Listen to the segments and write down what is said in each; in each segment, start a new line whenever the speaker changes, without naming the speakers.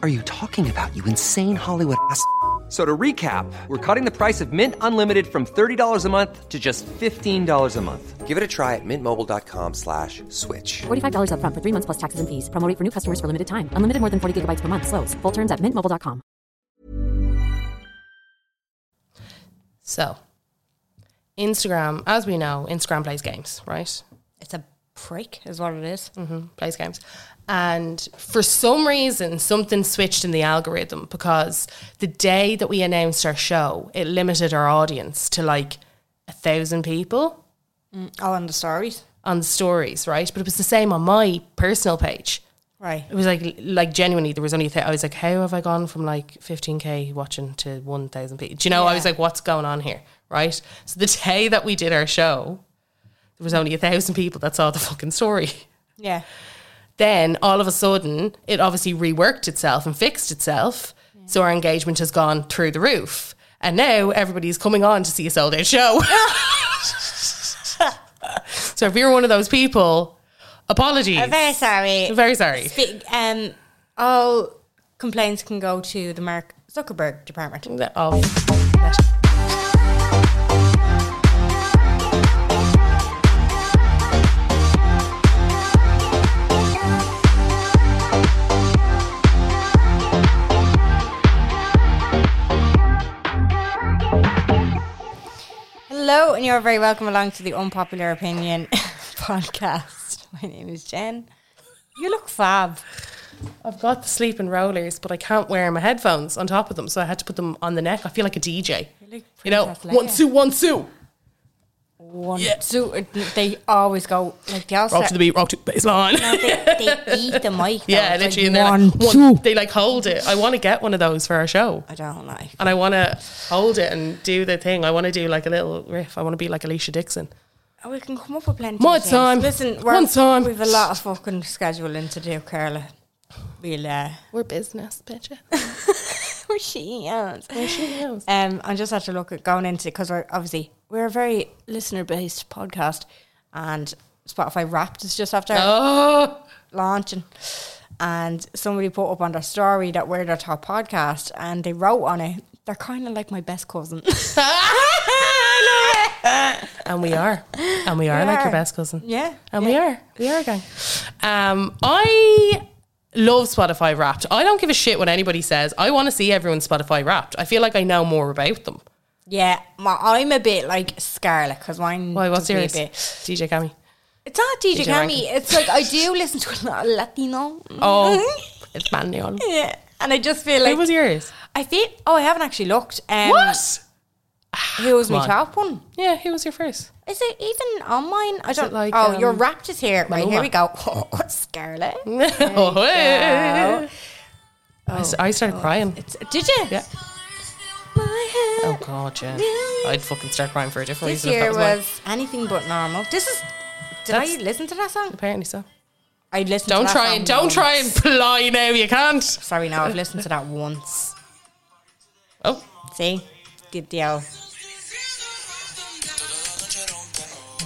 are you talking about, you insane Hollywood ass? f- a-" So to recap, we're cutting the price of Mint Unlimited from $30 a month to just $15 a month. Give it a try at mintmobile.com slash switch.
$45 up front for three months plus taxes and fees. Promo rate for new customers for limited time. Unlimited more than 40 gigabytes per month. Slows. Full terms at mintmobile.com.
So, Instagram, as we know, Instagram plays games, right? Mm-hmm,
It's a prick, is what it is.
Plays games. And for some reason, something switched in the algorithm because the day that we announced our show, it limited our audience to like a thousand people.
All on Mm. the stories.
on the stories, right? But it was the same on my personal page.
Right.
It was like, like genuinely, there was only. A th- I was like, how have I gone from like 15k watching to 1,000 people? Do you know? I was like, what's going on here, right? So the day that we did our show, there was only a thousand people that saw the fucking story.
Yeah.
Then all of a sudden, it obviously reworked itself and fixed itself. So our engagement has gone through the roof, and now everybody's coming on to see a sold out show. so if you're one of those people, apologies.
I'm very sorry.
Very sorry.
Spe- um, all complaints can go to the Mark Zuckerberg department.
Of-
Hello, and you're very welcome along to the Unpopular Opinion podcast. My name is Jen. You look fab.
I've got the sleeping rollers, but I can't wear my headphones on top of them, so I had to put them on the neck. I feel like a DJ. You know,
Princess Leia.
one two, one two,
One, two, uh, they always go like they also
rock to the beat, rock to baseline.
No, they, they eat the mic. though.
yeah,
It's
literally, and
like,
they're
one,
like,
two.
one, they like hold it. I want to get one of those for our show,
I don't like.
and I want to hold it and do the thing. I want to do like a little riff. I want to be like Alicia Dixon.
Oh, we can come up with plenty.
More
of things.
time.
Listen,
One time.
We've a lot of fucking scheduling to do, Carla. We'll. Uh,
We're business, bitch.
where she is.
she is.
Um, I just had to look at going into because we're obviously we're a very listener based podcast, and Spotify Wrapped is just after
Oh,
launching. And somebody put up on their story that we're their top podcast, and they wrote on it, "They're kind of like my best cousin." I love it.
and we are, and we are
We
like
are.
your best cousin.
Yeah,
And we are. We are, gang. Um, I love Spotify wrapped. I don't give a shit what anybody says. I want to see everyone's Spotify wrapped. I feel like I know more about them.
Yeah, my, I'm a bit like Scarlet because mine.
Why, what's
does me a
yours?
bit-
DJ Cammy.
It's not DJ
DJ Rankin.
Cammy. It's like I do listen to a lot of Latino.
Oh, it's Manuel.
yeah, and I just feel
Who
like
was yours?
I feel. Oh, I haven't actually looked. Um,
What?
Who was my
on.
top one?
Yeah, who was your first?
Is it even on mine? I don't.
it like,
like, oh, your
um,
rapt is here. Right here
Maluma?
we go. Oh, Scarlet.
Oh, hey.
Oh,
I s- I started crying.
it's, did you?
Yeah.
My head.
Oh, God, yeah. I'd fucking start crying for a different
This
reason if
year
that
was,
was, mine.
anything but normal. This is. Did I
That's-
listen to that song?
Apparently so.
I listened. to
Don't
that
try
song
and don't
once.
try and fly now. You can't.
Sorry, now I've listened to that once.
Oh,
See, did the old.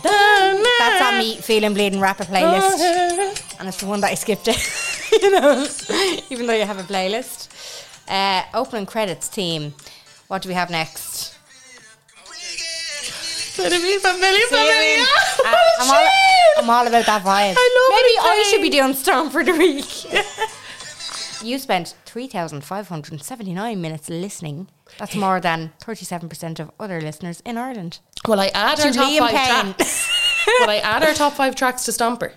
That's on me feeling bleeding rapper playlist, and it's the one that I skipped it. you know, even though you have a playlist. Uh, opening credits team. What do we have next?
Let it be familiar, familiar.
Uh, I'm, all, I'm all about that vibe.
Oh, I love
Maybe
it,
I
Jane.
should be doing Storm for the week. you spent 3,579 minutes listening. That's more than 37% of other listeners in Ireland.
Will I add our
To
top
Liam
five
Payne.
tracks? Will I add our top five tracks to Stomper?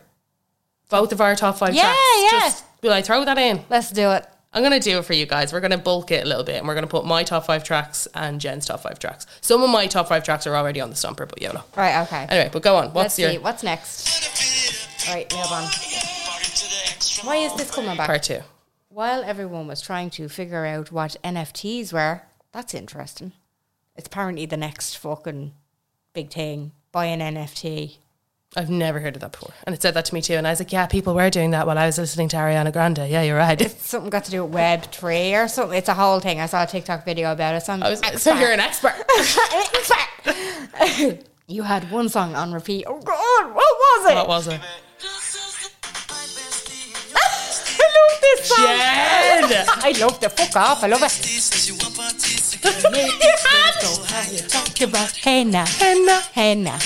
Both of our top five
Yeah,
tracks.
yeah.
Just, will I throw that in?
Let's do it.
I'm gonna do it for you guys. We're gonna bulk it a little bit, and we're gonna put my top five tracks and Jen's top five tracks. Some of my top five tracks are already on the Stomper, but YOLO.
Right, okay.
Anyway, but go on.
Let's
What's your
see. What's next? Right, hold on. Why is this coming back?
part two?
While everyone was trying to figure out what NFTs were, that's interesting. It's apparently the next fucking big thing. Buy an NFT.
I've never heard of that before. And it said that to me too. And I was like, yeah, people were doing that while I was listening to Ariana Grande. Yeah, you're right.
Something got to do with Web3 or something. It's a whole thing. I saw a TikTok video about it. So I'm
I was like, so you're an expert.
expert. you had one song on repeat. Oh, God. What was it?
what was it?
I love this song.
Jen!
I love the fuck off. I love it. Talk about hey now, hey now, hey now.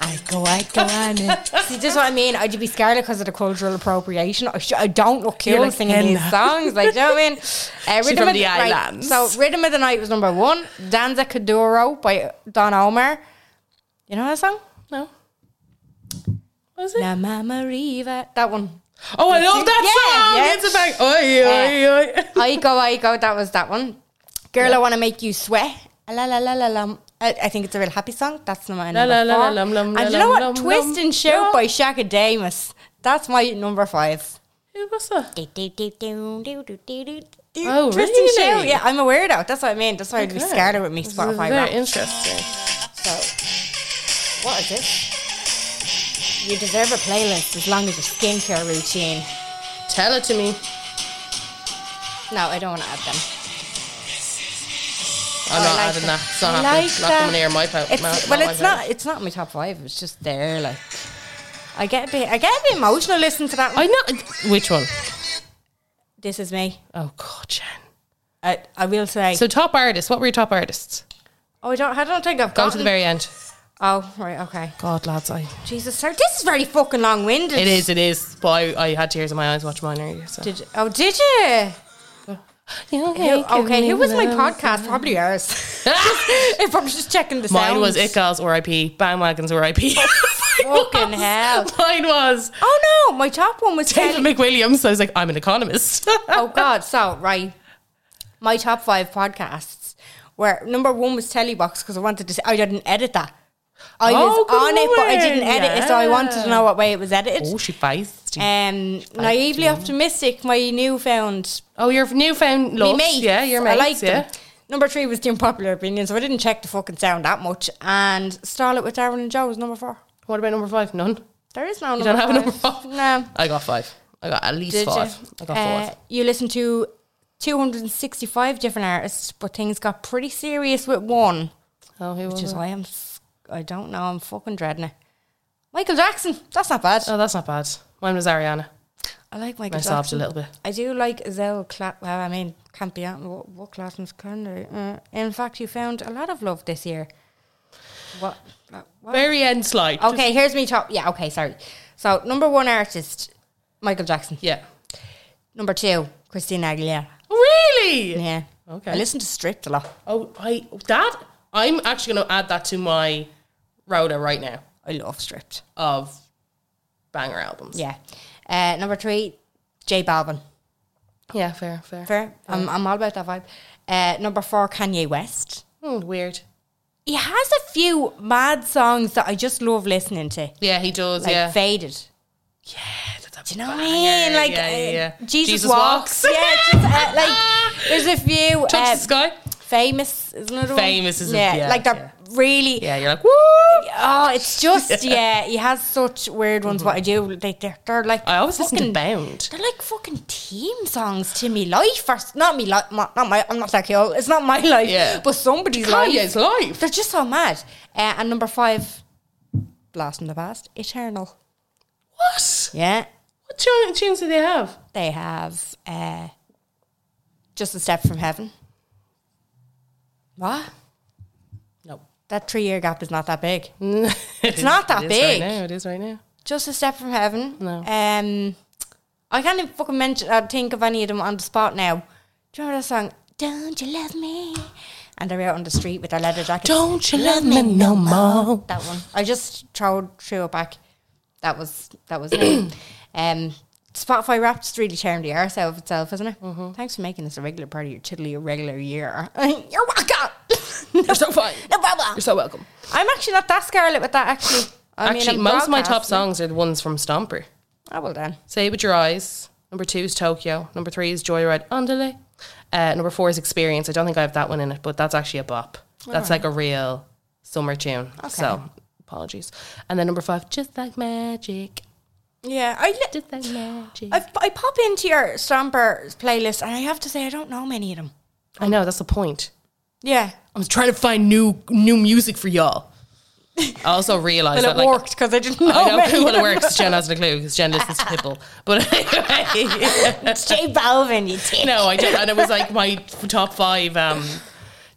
I go, I go on it. See, this is what I mean. I'd be scared because of the cultural appropriation. I, sh- I don't look cool
You're like,
singing
"Hey
these songs. Like, do you know what I mean? Uh, Rhythm
from
of
the
right,
islands.
So, Rhythm of the Night was number one. Danza Caduro by Don Omar. You know that song?
No. Was it?
La Mama Riva. That one.
Oh, I love that
Yeah,
song. It's about oi, oi, oi.
I go, I go. That was that one. Girl, I want to make you sweat. La la la la la. I, I think it's a real happy song. That's my number
la, la,
four.
lum, lum, la,
and you know
lum,
what?
lum,
Twist
lum.
and Shout
Yeah.
by Shakadamus. That's my number five.
Who was that?
Do, do, do, do, do, do, do, do, do.
Oh,
Twist
really?
and Shout. Yeah, I'm a weirdo. That's what I mean. That's why I'd be scared with me
This is
Spotify
Very
rap.
interesting.
so, what is this? You deserve a playlist as long as your skincare routine.
Tell it to me.
No, I don't want to add them.
I'm
Oh, I
not
like
adding
that.
that. It's not
I
happening.
like
It's not
that.
coming near my mouth.
It's, well, it's
my
not. It's not in my top five. It's just there. Like, I get a bit. I get a bit emotional listening to that. One.
I know. Which one?
this is me.
Oh God, Jen.
I, I will say.
So top artists. What were your top artists?
oh, I don't. I don't think I've
Go
gone
to the very end.
Oh, right. Okay.
God, lads, I.
Jesus, sir. This is very fucking long winded.
It is. It is. But I, I had tears in my eyes watching mine earlier. So.
Did, oh, did you? Who, okay. Who was my podcast? Probably yours. if I'm just checking the
Mine was
sounds.
It Girls or IP, Bandwagons or IP.
Fucking hell.
Oh Mine was
Oh no, my top one was
David
Kelly.
McWilliams. I was like, I'm an economist.
oh God! So right, my top five podcasts were number one was Tellybox because I wanted to. Say, I didn't edit that. I
Oh,
was
good
on it, but I didn't
woman,
edit it, so I wanted
yeah.
to know what way it was edited.
oh, she feisty.
um, naively optimistic, my newfound
oh, your newfound
me
love.
mates.
Yeah, your mates.
I liked
yeah.
them. Number three was the unpopular opinion, so I didn't check the fucking sound that much. And Starlet with Darren and Joe was number four.
What about number five? None.
There is no
You don't
number
have a
five.
number five.
No.
I got five. I got at least
Did you?
five. I got
Uh,
five.
You listened to 265 different artists, but things got pretty serious with one,
Oh, who
which
was
is
it?
why I'm, f- I don't know, I'm fucking dreading it. Michael Jackson, that's not bad.
Oh, that's not bad. Mine was Ariana.
I like
I
Michael
sobbed a
Jackson.
little bit.
I do like Zell Clap. Well, I mean, can't be out. What, what Clapton's can they? Uh, in fact, you found a lot of love this year. What? uh, what?
Very end slide. Just-
Okay, here's me top. Yeah, okay, sorry. So, number one artist, Michael Jackson.
Yeah. Oh,
Number two, Christina Aguilera.
Really?
Yeah.
Okay.
I listen to Stripped a lot.
Oh, I that I'm actually going to add that to my rota right now
I love Stripped.
of banger albums.
Yeah. Uh, number three, J Balvin.
yeah, fair, fair.
Fair. I'm, I'm all about that vibe. Uh, number four, Kanye West.
Hmm, weird.
He has a few mad songs that I just love listening to.
Yeah, he does.
Like
yeah,
Faded.
That's a
Do you know what I
banger.
mean? Like
Eh, yeah, yeah, yeah.
uh, Jesus, walks. yeah, just, uh, like there's a few.
touch
uh,
the sky.
Famous is another one.
Famous is a- yeah,
like they're really.
Yeah, you're like woo.
Oh, it's just yeah. He has such weird ones. What I do, they they're, they're like
Mm-hmm. I always listen to
fucking-
Bound.
They're like fucking team songs to me life. Or, s- not me life. Not my. I'm not that cool. It's not my life.
Yeah.
But somebody's life.
Kanye's life.
They're just so mad. Uh, and number five, blast from the past, eternal.
What?
Yeah,
What tune- tunes do they have?
they have uh, just a step from heaven. What?
No,
That three year gap is not that big. It's not that
it is
big.
Right now, it is right now.
Just a step from heaven. No. Um, I can't even fucking mention. I think of any of them on the spot now. Do you remember that song? Don't you love me? And they're out on the street with their leather jackets.
Don't you love me no more?
that one. I just trowed threw it back. That was that was it. um, Spotify Wrapped's really turned the arse out of itself, isn't it?
Mm-hmm.
Thanks for making this a regular part of your tiddly irregular year. You're welcome.
You're so fine.
No problem.
You're so welcome.
I'm actually not that scarlet with that. Actually, I
actually,
mean, I'm
most of my top
broadcasting.
songs are the ones from Stomper.
Oh well done.
Say it with your eyes. Number two is Tokyo. Number three is Joyride Andale. Uh, number four is Experience. I don't think I have that one in it, but that's actually a bop. That's like a real summer tune. So apologies. And then number five, Just Like Magic.
Yeah, I li-
Just Like Magic.
I, I pop into your Stomper playlist, and I have to say I don't know many of them.
I know that's the point.
Yeah,
I was trying to find new new music for y'all. I also realized
well, it
that
Oh,
like
worked because I didn't know.
I know
many
well
of
it
them.
works. Jen has a clue because Jen listens to people. But anyway,
It's J Balvin, you tick.
no, I did, and it was like my top five um,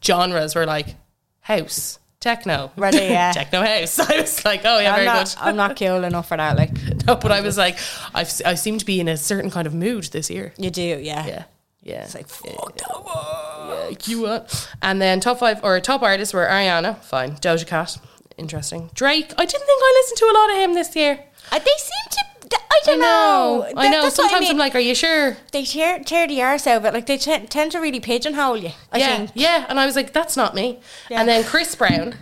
genres were like house, techno,
Right, yeah.
techno house. I was like, oh yeah,
I'm
very
not.
good.
I'm not cool enough for that. Like
No, but I was like, I've, I seem to be in a certain kind of mood this year.
you do, yeah.
Yeah, yeah.
It's like fuck that one.
Like you what? And then top five or top artists were Ariana, fine, Doja Cat, interesting, Drake. I didn't think I listened to a lot of him this year.
Uh, They seem to. I don't know.
I
That-
know.
that's what I
Sometimes I
mean.
am like, are you sure?
they tear tear the arse out, but like they t- tend to really pigeonhole you. I
yeah,
think.
yeah. And I was like, that's not me.
Yeah.
And then Chris Brown,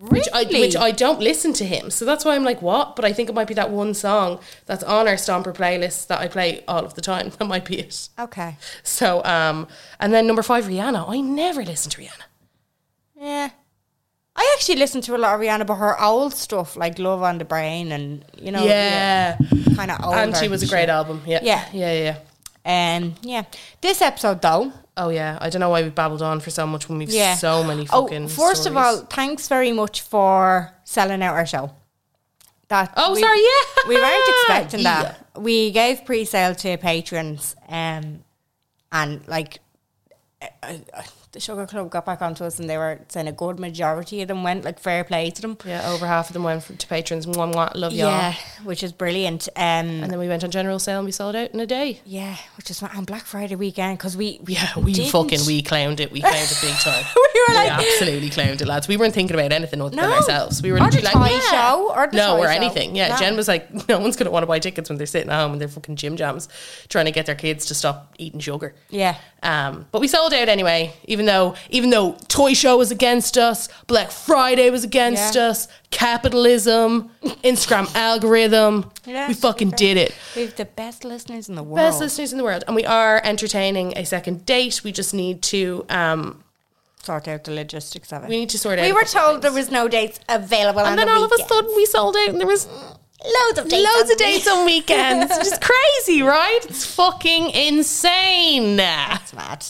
Really?
which I, which I don't listen to him, so that's why I'm like, what? But I think it might be that one song that's on our Stomper playlist that I play all of the time. That might be it.
okay.
So, um, and then number five, Rihanna. I never listen to Rihanna.
Yeah. I actually listen to a lot of Rihanna, but her old stuff like Love on the Brain and you know,
yeah.
kind of old.
and she was a great album. Yeah,
Yeah.
yeah, yeah. yeah.
Um, yeah. This episode though.
Oh yeah, I don't know why we babbled on for so much when we've
Yeah.
so many fucking.
Oh, first of
stories.
all, thanks very much for selling out our show. That
Oh, sorry, yeah.
we weren't expecting
Yeah.
that. We gave pre-sale to patrons, um, and like uh, uh, the Sugar Club got back onto us, and they were saying a good majority of them went. Like fair play to them.
yeah, over half of them went for, to patrons. Mwah, mwah, love y'all.
Yeah, which is brilliant. Um,
And then we went on general sale and we sold out in a day.
yeah, which is on Black Friday weekend because we, we
Yeah, we
didn't-
Oh, fucking we clowned it. We clowned it big time.
we were like
we absolutely clowned it, lads. We weren't thinking about anything other than
No.
ourselves. We were
Or the
literally like,
toy
yeah.
show, or the
no, or
toy show.
anything. Yeah,
No.
Jen was like, no one's gonna want to buy tickets when they're sitting at home and they're fucking gym jams trying to get their kids to stop eating sugar.
Yeah.
Um, but we sold out anyway, even though even though Toy Show was against us, Black Friday was against
Yeah.
us, capitalism, Instagram algorithm.
Yeah,
we fucking
sure.
did it.
we have the best listeners in the world.
Best listeners in the world. And we are entertaining a second date. We just need to um
sort out the logistics of it.
we need to sort out.
We
a
were
couple
told
things.
there was no dates available,
and
and
then
on the
all of a
weekend.
sudden we sold out and there was
loads of dates,
loads
on
of dates on weekends. It's just crazy, right? It's fucking insane.
It's mad.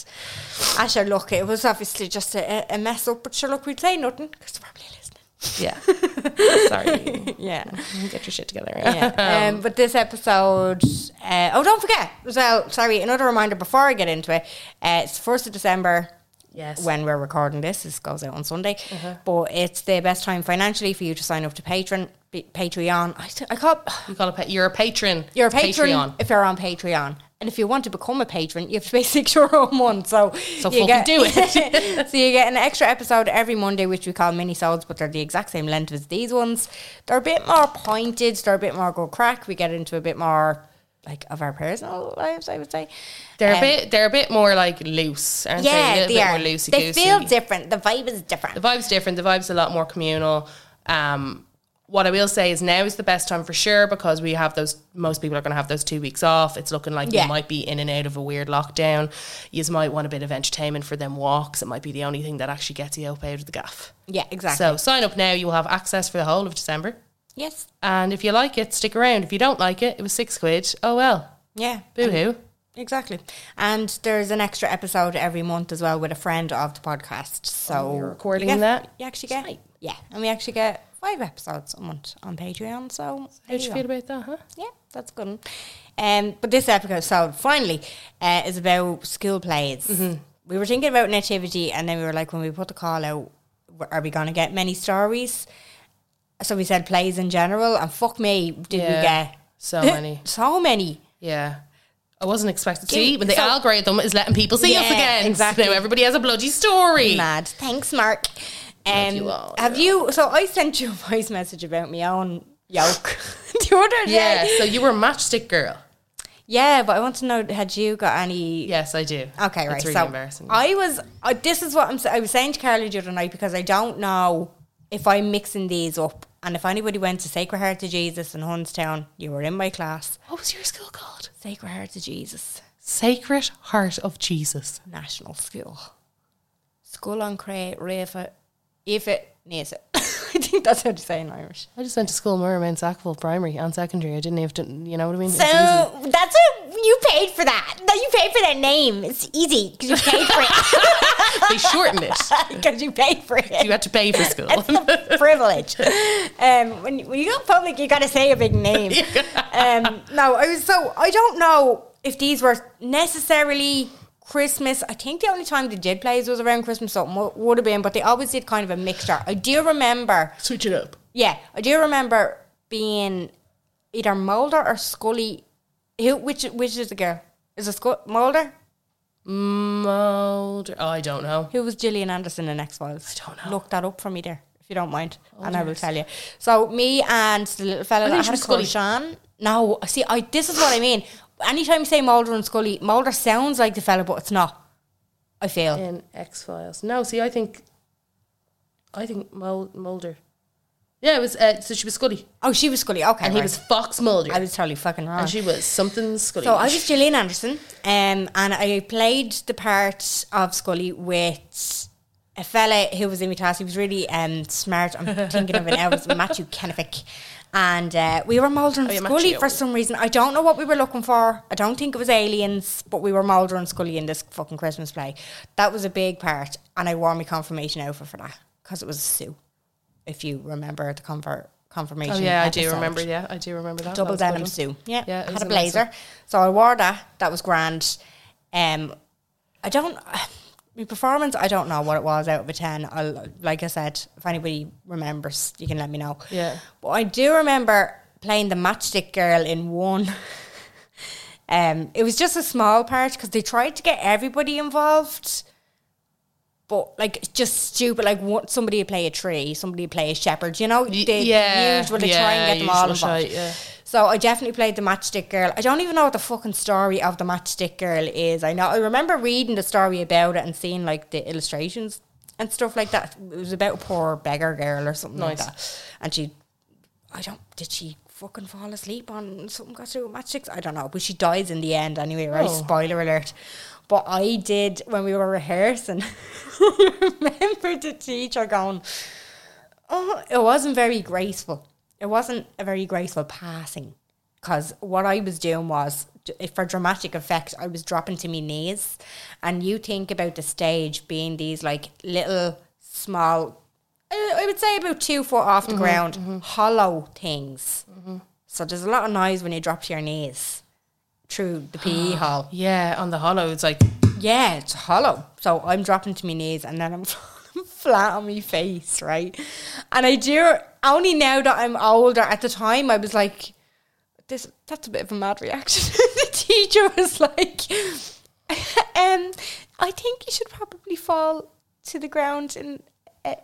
I sure look. It was obviously just a, a mess up, but sure look, we'd say nothing because probably listening.
Yeah. Sorry.
Yeah,
Get your shit together.
yeah. Um, but this episode. Uh, oh, don't forget. So sorry. Another reminder before I get into it. Uh, it's first of December.
Yes. Uh-huh.
when we're recording this. This goes out on Sunday, but it's the best time financially for you to sign up to patron, be- Patreon. I, s- I call
You call a pa- you're a patron.
you're a patron
Patreon.
if you're on Patreon, and if you want to become a patron, you have to pay six euro a month. So
So
you
fucking do it.
so you get an extra episode every Monday, which we call mini sods, but they're the exact same length as these ones. They're a bit more pointed. They're a bit more go crack. We get into a bit more. Like of our personal lives, I would say
They're a
Um,
bit. They're a bit more like loose, aren't
Yeah,
they?
they
A little
are.
bit more loosey
They feel different. The vibe is different.
the vibe's different. The vibe's a lot more communal. Um, what I will say is now is the best time for sure because we have those. Most people are going to have those two weeks off. It's looking like
Yeah.
you might be in and out of a weird lockdown. You might want a bit of entertainment for them walks. It might be the only thing that actually gets you up out of the gaff.
yeah, exactly.
So sign up now. You will have access for the whole of December.
Yes.
And if you like it, stick around. If you don't like it, it was six quid. Oh well,
Yeah.
boo hoo.
Exactly. And there's an extra episode every month as well with a friend of the podcast. So
Oh, you're recording
you get-
that?
You actually get Yeah. And we actually get five episodes a month on Patreon. So
How
there
do
you
you
go.
feel about that, huh?
yeah, that's good. one. Um but this episode finally uh, is about school plays.
Mm-hmm.
We were thinking about nativity and then we were like when we put the call out w- are we gonna get many stories? So we said plays in general and fuck me did we get
so many?
so many
Yeah. I wasn't expecting.
Do-
See, when the
so-
algorithm is letting people see us
Yeah,
again,
exactly.
now everybody has a bloody story.
Mad. Thanks, Mark. Um,
you all,
have you? So I sent you a voice message about my own yoke the other
Yeah.
day.
So you were a matchstick girl.
Yeah, but I want to know: had you got any?
Yes, I do.
Okay, right.
It's really
so
embarrassing.
I was. Uh, this is what I'm. s- I was saying to Carly the other night because I don't know if I'm mixing these up And if anybody went to Sacred Heart of Jesus in Hunstown, you were in my class.
What was your school called?
Sacred Heart of Jesus
Sacred Heart of Jesus.
National School. School on Cray, Rafa, Aoife, Nasa. I think that's how to say it in Irish.
I just went to school more in Sackville Primary and secondary. I didn't have to, you know what I mean? It's
So
easy.
that's what you paid for that. That you paid for that name. It's easy because you paid for it.
they shortened it.
Because you paid for it.
You had to pay for school.
privilege. Um, when, when you go public, you got to say a big name.
um, no, I was so I don't know if these were necessarily Christmas. I think the only time they did plays was around Christmas, so it mo- would have been. But they always did kind of a mixture. I do remember,
Switch it up.
yeah, I do remember being either Mulder or Scully. Who, which, which is the girl? Is it Scu- Mulder?
Mulder. Oh, I don't know.
Who was Gillian Anderson in X Files?
I don't know. Oh,
Look that up for me there, if you don't mind, and I will tell you. So me and the little fella
I
that I
think
had a
she was
crush on. No, see, I this is what I mean. Anytime you say Mulder and Scully, Mulder sounds like the fella, but it's not. I feel.
In X Files. No, see, I think, I think Mul- Mulder. Yeah, it was. Uh, so she was Scully,
Oh, she was Scully. Okay,
and he
right.
was Fox Mulder,
I was totally fucking wrong.
and she was something Scully.
So I was Gillian Anderson, um, and I played the part of Scully with a fella who was in my class. He was really um, smart. I'm thinking of it now. It was Matthew Kennefic. And uh, we were Mulder and
Oh, yeah,
Scully
Matthew.
for some reason. I don't know what we were looking for. I don't think it was aliens, but we were Mulder and Scully in this fucking Christmas play. That was a big part, and I wore my confirmation outfit for that because it was a Sue. If you remember the confer- confirmation,
Oh yeah, I do
episode
remember. Yeah, I do remember that.
double
That was
denim
a good
suit. Yeah,
Yeah, it
had
was
a
a nice
blazer. So I wore that. That was grand. Um, I don't. My performance, I don't know what it was out of a ten. I'll, like I said, if anybody remembers, you can let me know.
Yeah.
But I do remember playing the matchstick girl in one. um, it was just a small part because they tried to get everybody involved. But like it's just stupid, like what, somebody would play a tree, somebody would play a shepherd, you know.
Y-
They
yeah,
usually try
yeah,
and get them all
usual
involved.
shite, yeah.
So I definitely played the matchstick girl. I don't even know what the fucking story of the matchstick girl is. I know I remember reading the story about it and seeing like the illustrations and stuff like that. It was about a poor beggar girl or something
Nice.
like that. And she I don't did she fucking fall asleep on something got through with matchsticks? I don't know. But she dies in the end anyway, right?
Oh.
Spoiler alert. But I did when we were rehearsing I remember the teacher going Oh, it wasn't very graceful. It wasn't a very graceful passing because what I was doing was, d- for dramatic effect, I was dropping to my knees. And you think about the stage being these like little small, uh, I I would say about two foot off the ground, hollow things. So there's a lot of noise when you drop to your knees through the PE hall.
Yeah, on the hollow, it's like
Yeah, it's hollow. So I'm dropping to my knees and then I'm falling flat on my face, right? And I do only now that I'm older. At the time, I was like, "This that's a bit of a mad reaction." the teacher was like, "Um, I think you should probably fall to the ground in a,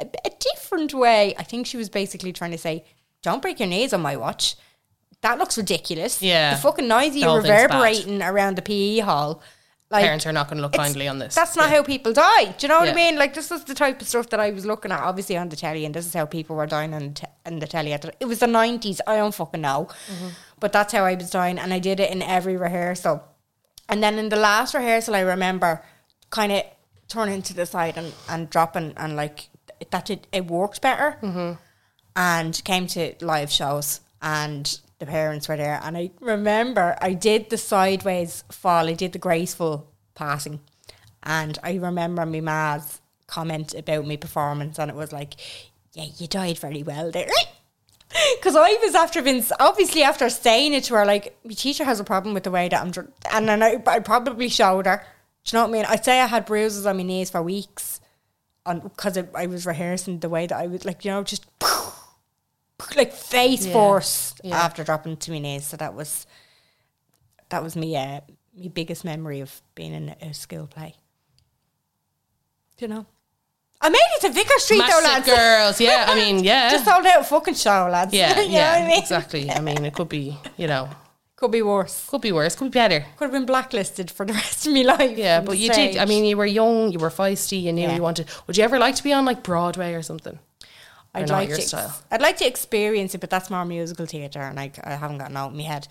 a, a different way." I think she was basically trying to say, "Don't break your knees on my watch." That looks ridiculous.
Yeah.
the fucking noise
The
you
whole thing's bad.
reverberating around the PE hall. Like,
parents are not going to look
it's-
kindly on this.
That's not how people die. Do you know what I
Yeah.
mean? Like this is the type of stuff that I was looking at, obviously on the telly, and this is how people were dying on the, te- on the telly. At the, it was the nineties. I don't fucking know,
Mm-hmm.
but that's how I was dying, and I did it in every rehearsal. And then in the last rehearsal, I remember kind of turning to the side and, and dropping, and like that did it worked
Mm-hmm.
better and came to live shows and the parents were there and I remember I did the sideways fall, I did the graceful passing and I remember my ma's comment about my performance and it was like, Yeah, you died very well there. Because I was after being obviously after saying it to her, like my teacher has a problem with the way that I'm, dr-. and then I, I probably showed her. Do you know what I mean? I'd say I had bruises on my knees for weeks, on because I, I was rehearsing the way that I was like you know just like face force after dropping to my knees. So that was that was me uh, my biggest memory of being in a school play. Do you know? I made it to Vicar Street though,
Matchstick
lads.
girls. Yeah, I mean, yeah.
Just sold out a fucking show, lads.
yeah,
you
yeah,
know what I mean?
exactly. I mean, it could be, you know,
Could be worse.
could be worse, could be better.
Could have been blacklisted for the rest of my life.
Yeah,
on
but
the
you did. I
stage.
mean, you were young, you were feisty, you knew
Yeah.
you wanted. Would you ever like to be on like Broadway or something? They're
I'd
not
like
your
to, ex-
style.
I'd like to experience it, but that's more musical theatre, and I, I haven't got out in my head.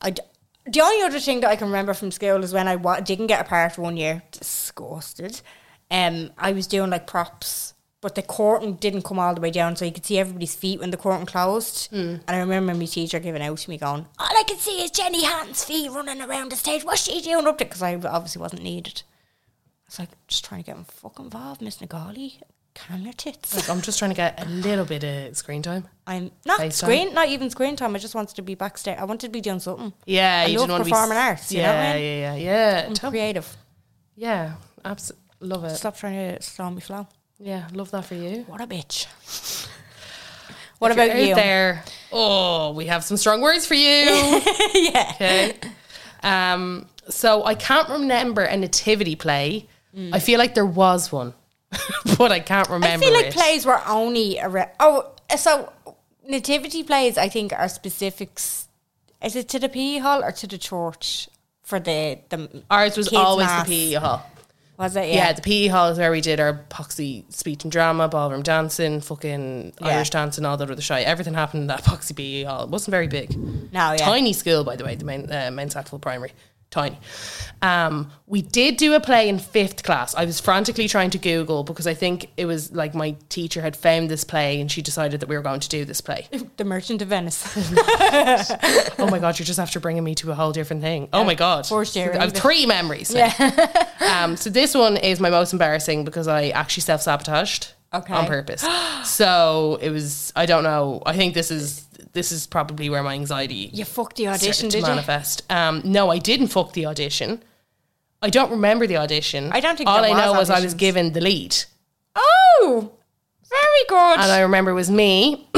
I d the only other thing that I can remember from school is when I wa- didn't get a part one year. Disgusted. Um, I was doing like props, but the curtain didn't come all the way down, so you could see everybody's feet when the curtain closed.
Hmm.
And I remember my teacher giving out to me, going,
All I can see is Jenny Hatton's feet running around the stage. What's she doing?
"Doing up there," because I obviously wasn't needed. It's like just trying to get fucking involved, Miss Nagali. Calm your tits.
Like, I'm just trying to get a little bit of screen time.
I'm not
FaceTime.
screen, not even screen time. I just wanted to be backstage. I wanted to be doing something.
Yeah,
I
you
love
didn't wanna be
performing
s-
arts. You
yeah,
know what I mean?
yeah, yeah, yeah.
I'm
Totally.
creative.
Yeah, absolutely love it.
Stop trying to slow me flow.
Yeah, love that for you.
What a bitch. What
If you're
about
out
you?
There, oh, we have some strong words for you. yeah. Okay. Um. So I can't remember a nativity play. I feel like there was one, but I can't
Hmm. I
remember.
feel like
it.
plays were only around. Oh, so nativity plays, I think, are specifics. Is it to the PE hall or to the church for the the
Ours was
kids'
always
mass?
the PE hall.
Was it? Yeah.
Yeah. the PE hall is where we did our poxy speech and drama, ballroom dancing, fucking
Yeah.
Irish dancing, all that other shit. Everything happened in that poxy PE hall. It wasn't very big.
no, yeah.
Tiny school, by the way, the main uh, main Sackville Primary. Tiny. Um, we did do a play in fifth class. I was frantically trying to Google because I think it was like my teacher had found this play and she decided that we were going to do this play.
The Merchant of Venice.
oh my god, you're just after bringing me to a whole different thing. Oh my god,
forced you
I have
into-
three memories. now. um, so this one is my most embarrassing because I actually self sabotaged.
Okay.
On purpose. so it was. I don't know. I think this is this is probably where my anxiety
you fucked the
started
audition,
to
did you?
manifest. Um, no, I didn't fuck the audition. I don't remember the audition.
I don't think
all
there
I
was
know was I was
auditions.
given the lead.
Oh, very good.
and I remember it was me,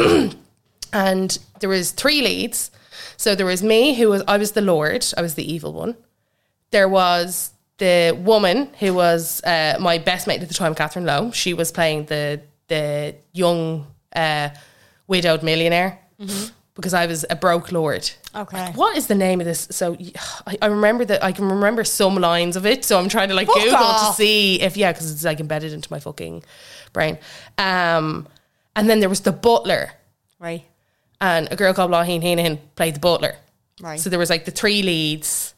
and there was three leads. So there was me, who was I was the Lord, I was the evil one. There was the woman who was uh, my best mate at the time, Catherine Lowe. She was playing the the young uh, widowed millionaire
Mm-hmm.
because I was a broke lord.
Okay.
What is the name of this? So I, I remember that I can remember some lines of it. So I'm trying to like Google
off.
to see if yeah, because it's like embedded into my fucking brain. Um, and then there was the butler,
Right.
and a girl called Laheen Heenan played the butler.
Right. Oh.
So there was like the three leads.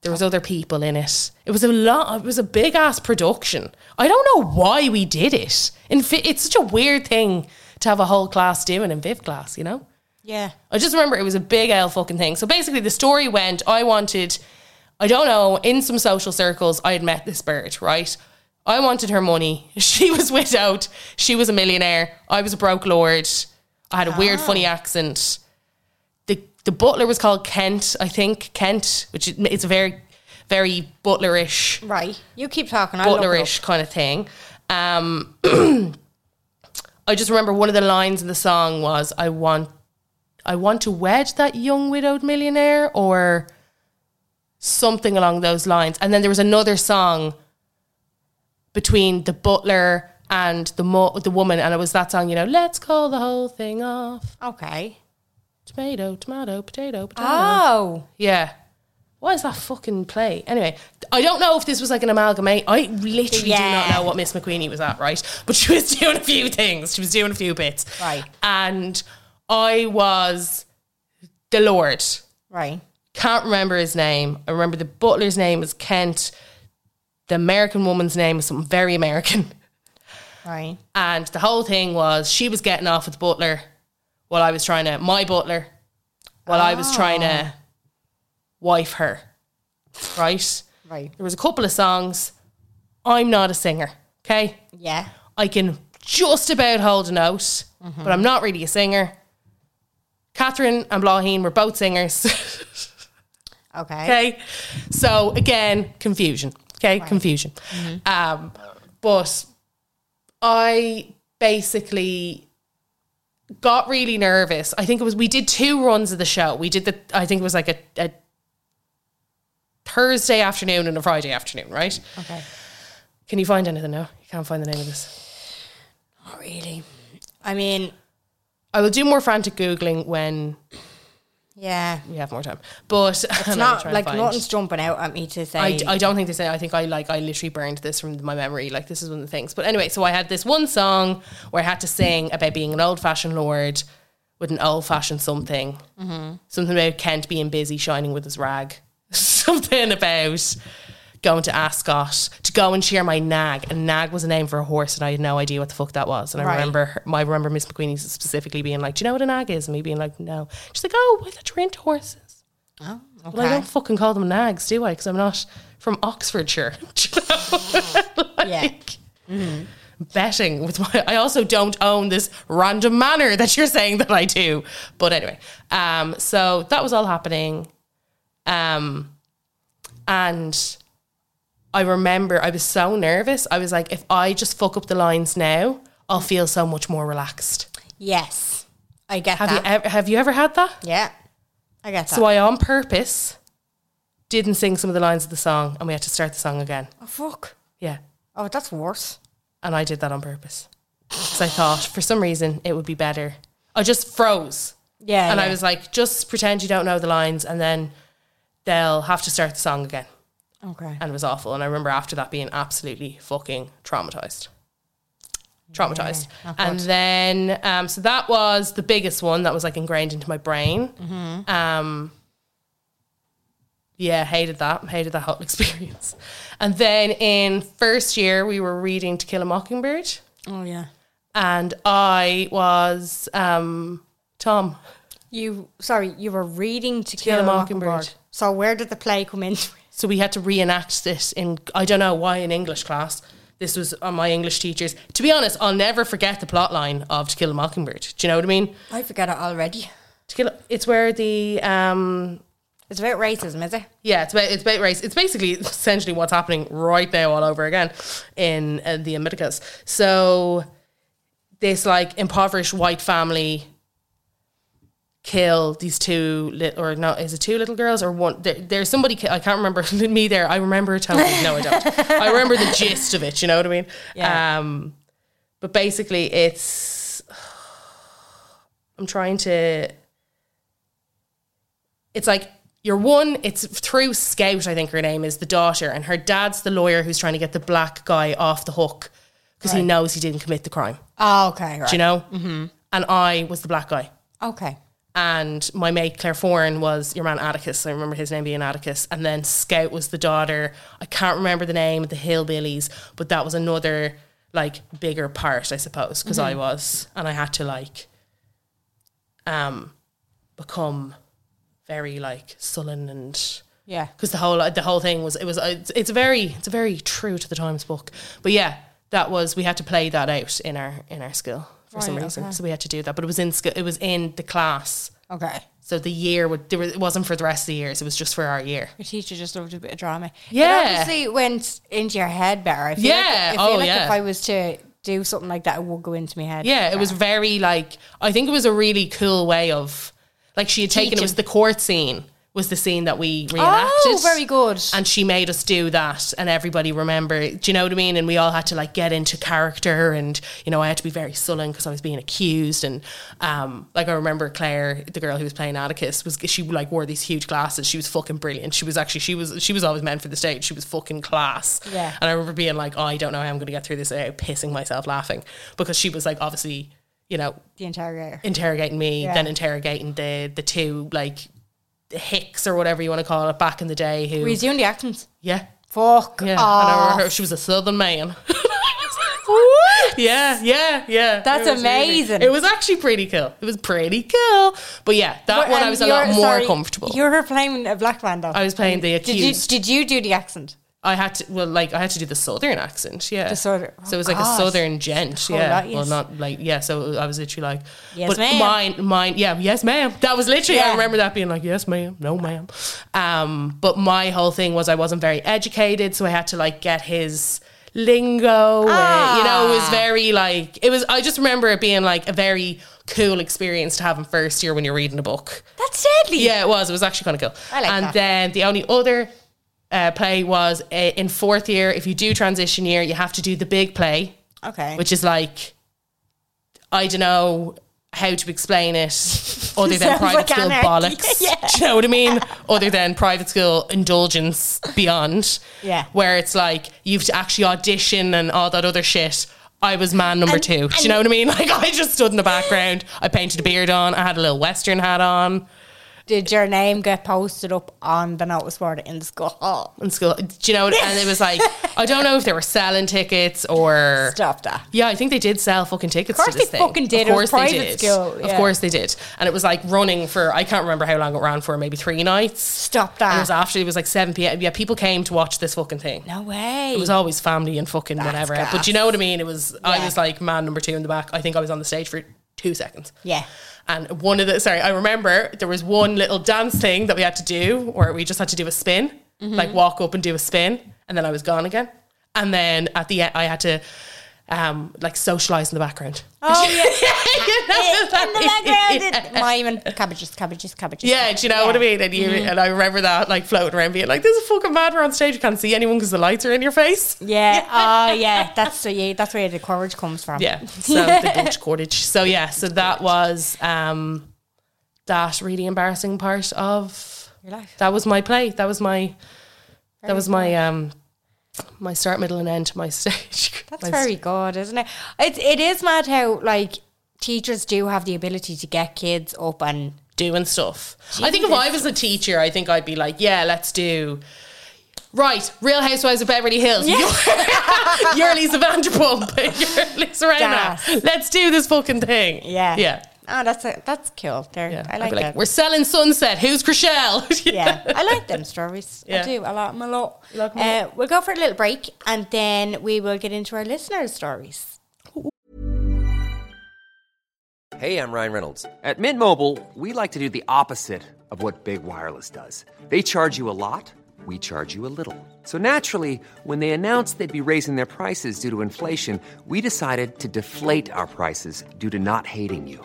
There was other people in it. It was a lot. It was a big ass production. I don't know why we did it. In fi- it's such a weird thing to have a whole class doing in fifth class. You know.
Yeah.
I just remember it was a big L fucking thing. So basically, the story went I wanted, I don't know, in some social circles, I had met this bird, right? I wanted her money. She was widowed. She was a millionaire. I was a broke lord. I had a weird, funny accent. The, the butler was called Kent, I think. Kent, which is, it's a very, very butlerish
Right. You keep talking. I'll look it up.
butlerish kind of thing. Um, I just remember one of the lines in the song was, "I want, I want to wed that young widowed millionaire," or something along those lines. And then there was another song between the butler and the mo- the woman, and it was that song, you know, "Let's call the whole thing off."
Okay.
Tomato, tomato, potato, potato.
Oh.
Yeah. What is that fucking play? Anyway, I don't know if this was like an amalgamate. I literally do
Yeah.
not know what Miss McQueenie was at, right? But she was doing a few things. She was doing a few bits.
Right.
And I was the Lord.
Right.
Can't remember his name. I remember the butler's name was Kent. The American woman's name was something very American.
Right.
And the whole thing was she was getting off with the butler while I was trying to, my butler, while I was trying to wife her. Right?
Right.
There was a couple of songs. I'm not a singer, okay?
Yeah.
I can just about hold a note, but I'm not really a singer. Catherine and Blaheen were both singers.
Okay.
Okay. So again, confusion. Okay, confusion.
Mm-hmm.
Um, but I basically got really nervous. I think it was we did two runs of the show. We did the I think it was like a, a Thursday afternoon and a Friday afternoon, right?
Okay.
Can you find anything now? You can't find the name of this.
Not really. I mean,
I will do more frantic googling when
Yeah.
We have more time, but
It's not like nothing's jumping out at me to say.
I, I don't think they say. I think I like I literally burned this from my memory. Like this is one of the things. But anyway, so I had this one song where I had to sing about being an old fashioned lord with an old fashioned something,
Mm-hmm.
something about Kent being busy shining with his rag, something about going to Ascot to go and cheer my nag. And nag was a name for a horse, and I had no idea what the fuck that was. And I
Right.
remember, her, I remember Miss McQueenie specifically being like, "Do you know what a nag is?" And me being like, "No." She's like, "Oh, I thought you were into horses."
okay.
Well, I don't fucking call them nags, do I? Because I'm not from Oxfordshire. Do you know? like,
Yeah.
Betting with my, I also don't own this random manner that you're saying that I do. But anyway, um, so that was all happening, um, and I remember I was so nervous. I was like, if I just fuck up the lines now, I'll feel so much more relaxed.
yes. I get
Have
that.
you ever have you ever had that?
yeah. I get that.
So I, on purpose, didn't sing some of the lines of the song, and we had to start the song again.
oh, fuck.
Yeah,
Oh, that's worse.
and I did that on purpose because I thought for some reason it would be better. I just froze,
Yeah.
and
yeah.
I was like, just pretend you don't know the lines, and then they'll have to start the song again.
Okay.
And it was awful. And I remember after that being absolutely fucking traumatized. Traumatized. and then, um, so that was the biggest one that was like ingrained into my brain. Um, yeah, hated that. Hated that whole experience. And then in first year, we were reading To Kill a Mockingbird,
Oh, yeah.
and I was um, Tom.
You, sorry, you were reading To Kill,
a
a
Mockingbird.
Mockingbird. So where did the play come in?
So we had to reenact this in I don't know why in English class. This was on my English teachers. To be honest, I'll never forget the plot line of To Kill a Mockingbird. Do you know what I mean?
I forget it already.
To kill it's where the um
It's about racism, is it?
yeah, it's about it's about race. It's basically essentially what's happening right now all over again in uh, the Americas. So this like impoverished white family kill these two little or no is it two little girls or one there, there's somebody ki- I can't remember me there I remember it totally no I don't I remember the gist of it you know what I mean
Yeah.
um but basically it's I'm trying to it's like you're one it's through scout I think her name is the daughter and her dad's the lawyer who's trying to get the black guy off the hook because he knows he didn't commit the crime
Oh, okay. Right.
do you know? And I was the black guy.
Okay.
And my mate Claire Foran was your man Atticus. I remember his name being Atticus. And then Scout was the daughter. I can't remember the name of the Hillbillies, but that was another like bigger part, I suppose, because I was and I had to like um become very like sullen and
Yeah.
because the whole the whole thing was it was it's, it's very it's very true to the times book but yeah that was we had to play that out in our in our school for some
Right,
reason
okay.
so we had to do that but it was in school it was in the class
Okay.
so the year would there was, it wasn't for the rest of the years it was just for our year
Your teacher just loved a bit of drama.
Yeah.
It obviously went into your head better. I feel
Yeah.
Like, I feel
Oh,
like
yeah.
if I was to do something like that, it would go into my head.
yeah it was very like i think it was a really cool way of like she had taken it was the court scene was the scene that we reenacted
Oh, very good.
and she made us do that and everybody remember do you know what i mean and we all had to like get into character and you know i had to be very sullen because i was being accused and um like i remember claire the girl who was playing atticus was she like wore these huge glasses she was fucking brilliant she was actually she was she was always meant for the stage she was fucking class
Yeah.
and i remember being like oh, i don't know how i'm gonna get through this without pissing myself laughing because she was like obviously you know
the interrogator.
interrogating me,
Yeah.
then interrogating the the two like hicks or whatever you want to call it back in the day who
Were you doing the accents?
yeah
Fuck
yeah,
off.
and I remember her- she was a southern man. yeah, yeah, yeah.
That's
It was really-
amazing.
it was actually pretty cool. It was pretty cool. But yeah, that
But,
one I
um,
was a
you're-
lot more
sorry,
comfortable.
You were playing a black man though.
I was playing the
did you,
accused.
did you do the accent?
I had to well, like I had to do the southern accent. Yeah,
The southern-
So it was like
oh,
a
gosh.
southern gent.
Oh,
yeah,
right,
well,
yes.
not like yeah. So I was literally like,
Yes,
but
ma'am.
mine, mine, yeah, yes, ma'am. That was literally. I
Yeah.
remember that being like, yes, ma'am, no, ma'am. Um, but my whole thing was I wasn't very educated, so I had to like get his lingo. and, you know, it
Ah.
was very like it was. I just remember it being like a very cool experience to have in first year when you're reading a book.
That's deadly.
Yeah, it was. It was actually kind of cool.
I like
and
that.
then the only other uh, play was uh, in fourth year. If you do transition year, you have to do the big play,
Okay.
which is like I don't know how to explain it other than
Sounds
private
like
school
anarchy.
bollocks.
Yeah.
Do you know what I mean? Other than private school indulgence beyond.
Yeah.
Where it's like you have to actually audition and all that other shit. I was man number two. Do you know what I mean? Like I just stood in the background. I painted a beard on. I had a little western hat on.
Did your name get posted up on the notice board in the school?
in school. Do you know? And it was like I don't know if they were selling tickets or
Stop that.
Yeah, I think they did sell fucking tickets.
Of course
to this
they
thing.
fucking did.
Of
It
course
was
they
private
did.
school,
Of
yeah.
course they did. And it was like running for I can't remember how long it ran for. Maybe three nights.
Stop
And it
that.
was after it was like seven p.m. Yeah, people came to watch this fucking thing.
No way.
It was always family and fucking whatever. But you know what I mean? It was I was like man number two in the back. I think I was on the stage for two seconds.
yeah.
And one of the sorry, I remember there was one little dance thing that we had to do, where we just had to do a spin, like walk up and do a spin, and then I was gone again. And then at the end, I had to um like socialize in the background.
Oh yeah.
You know,
in the
like-
background, yeah. mime and cabbages, cabbages, cabbages.
Yeah, do you know what I mean? And you and I remember that like floating around being like, "There's a fucking mad we're on stage. You can't see anyone because the lights are in your face."
Yeah. Oh yeah. That's the yeah, that's where the courage comes from.
Yeah. So the Dutch cordage. So yeah. So that was um that really embarrassing part of
Your life.
That was my play. That was my that was my um my start, middle, and end to my stage.
That's
My s-
very good, isn't it? It it is mad how like teachers do have the ability to get kids up and
doing stuff. I think if I was a teacher, I think I'd be like, yeah, let's do. Right, Real Housewives of Beverly Hills. You're, you're Lisa Vanderpump. You're Lisa Rena.
Gas.
Let's do this fucking thing.
yeah.
Yeah.
Oh, that's a, that's cool. There,
yeah.
I
I'd
like
be
that.
We're selling Sunset. Who's Chriselle?
yeah, I like them stories.
Yeah.
I do. I like them a lot.
like 'em a
uh, we'll go for a little break and then we will get into our listeners' stories.
Hey, I'm Ryan Reynolds. At Mint Mobile, we like to do the opposite of what Big Wireless does. They charge you a lot, we charge you a little. So naturally, when they announced they'd be raising their prices due to inflation, we decided to deflate our prices due to not hating you.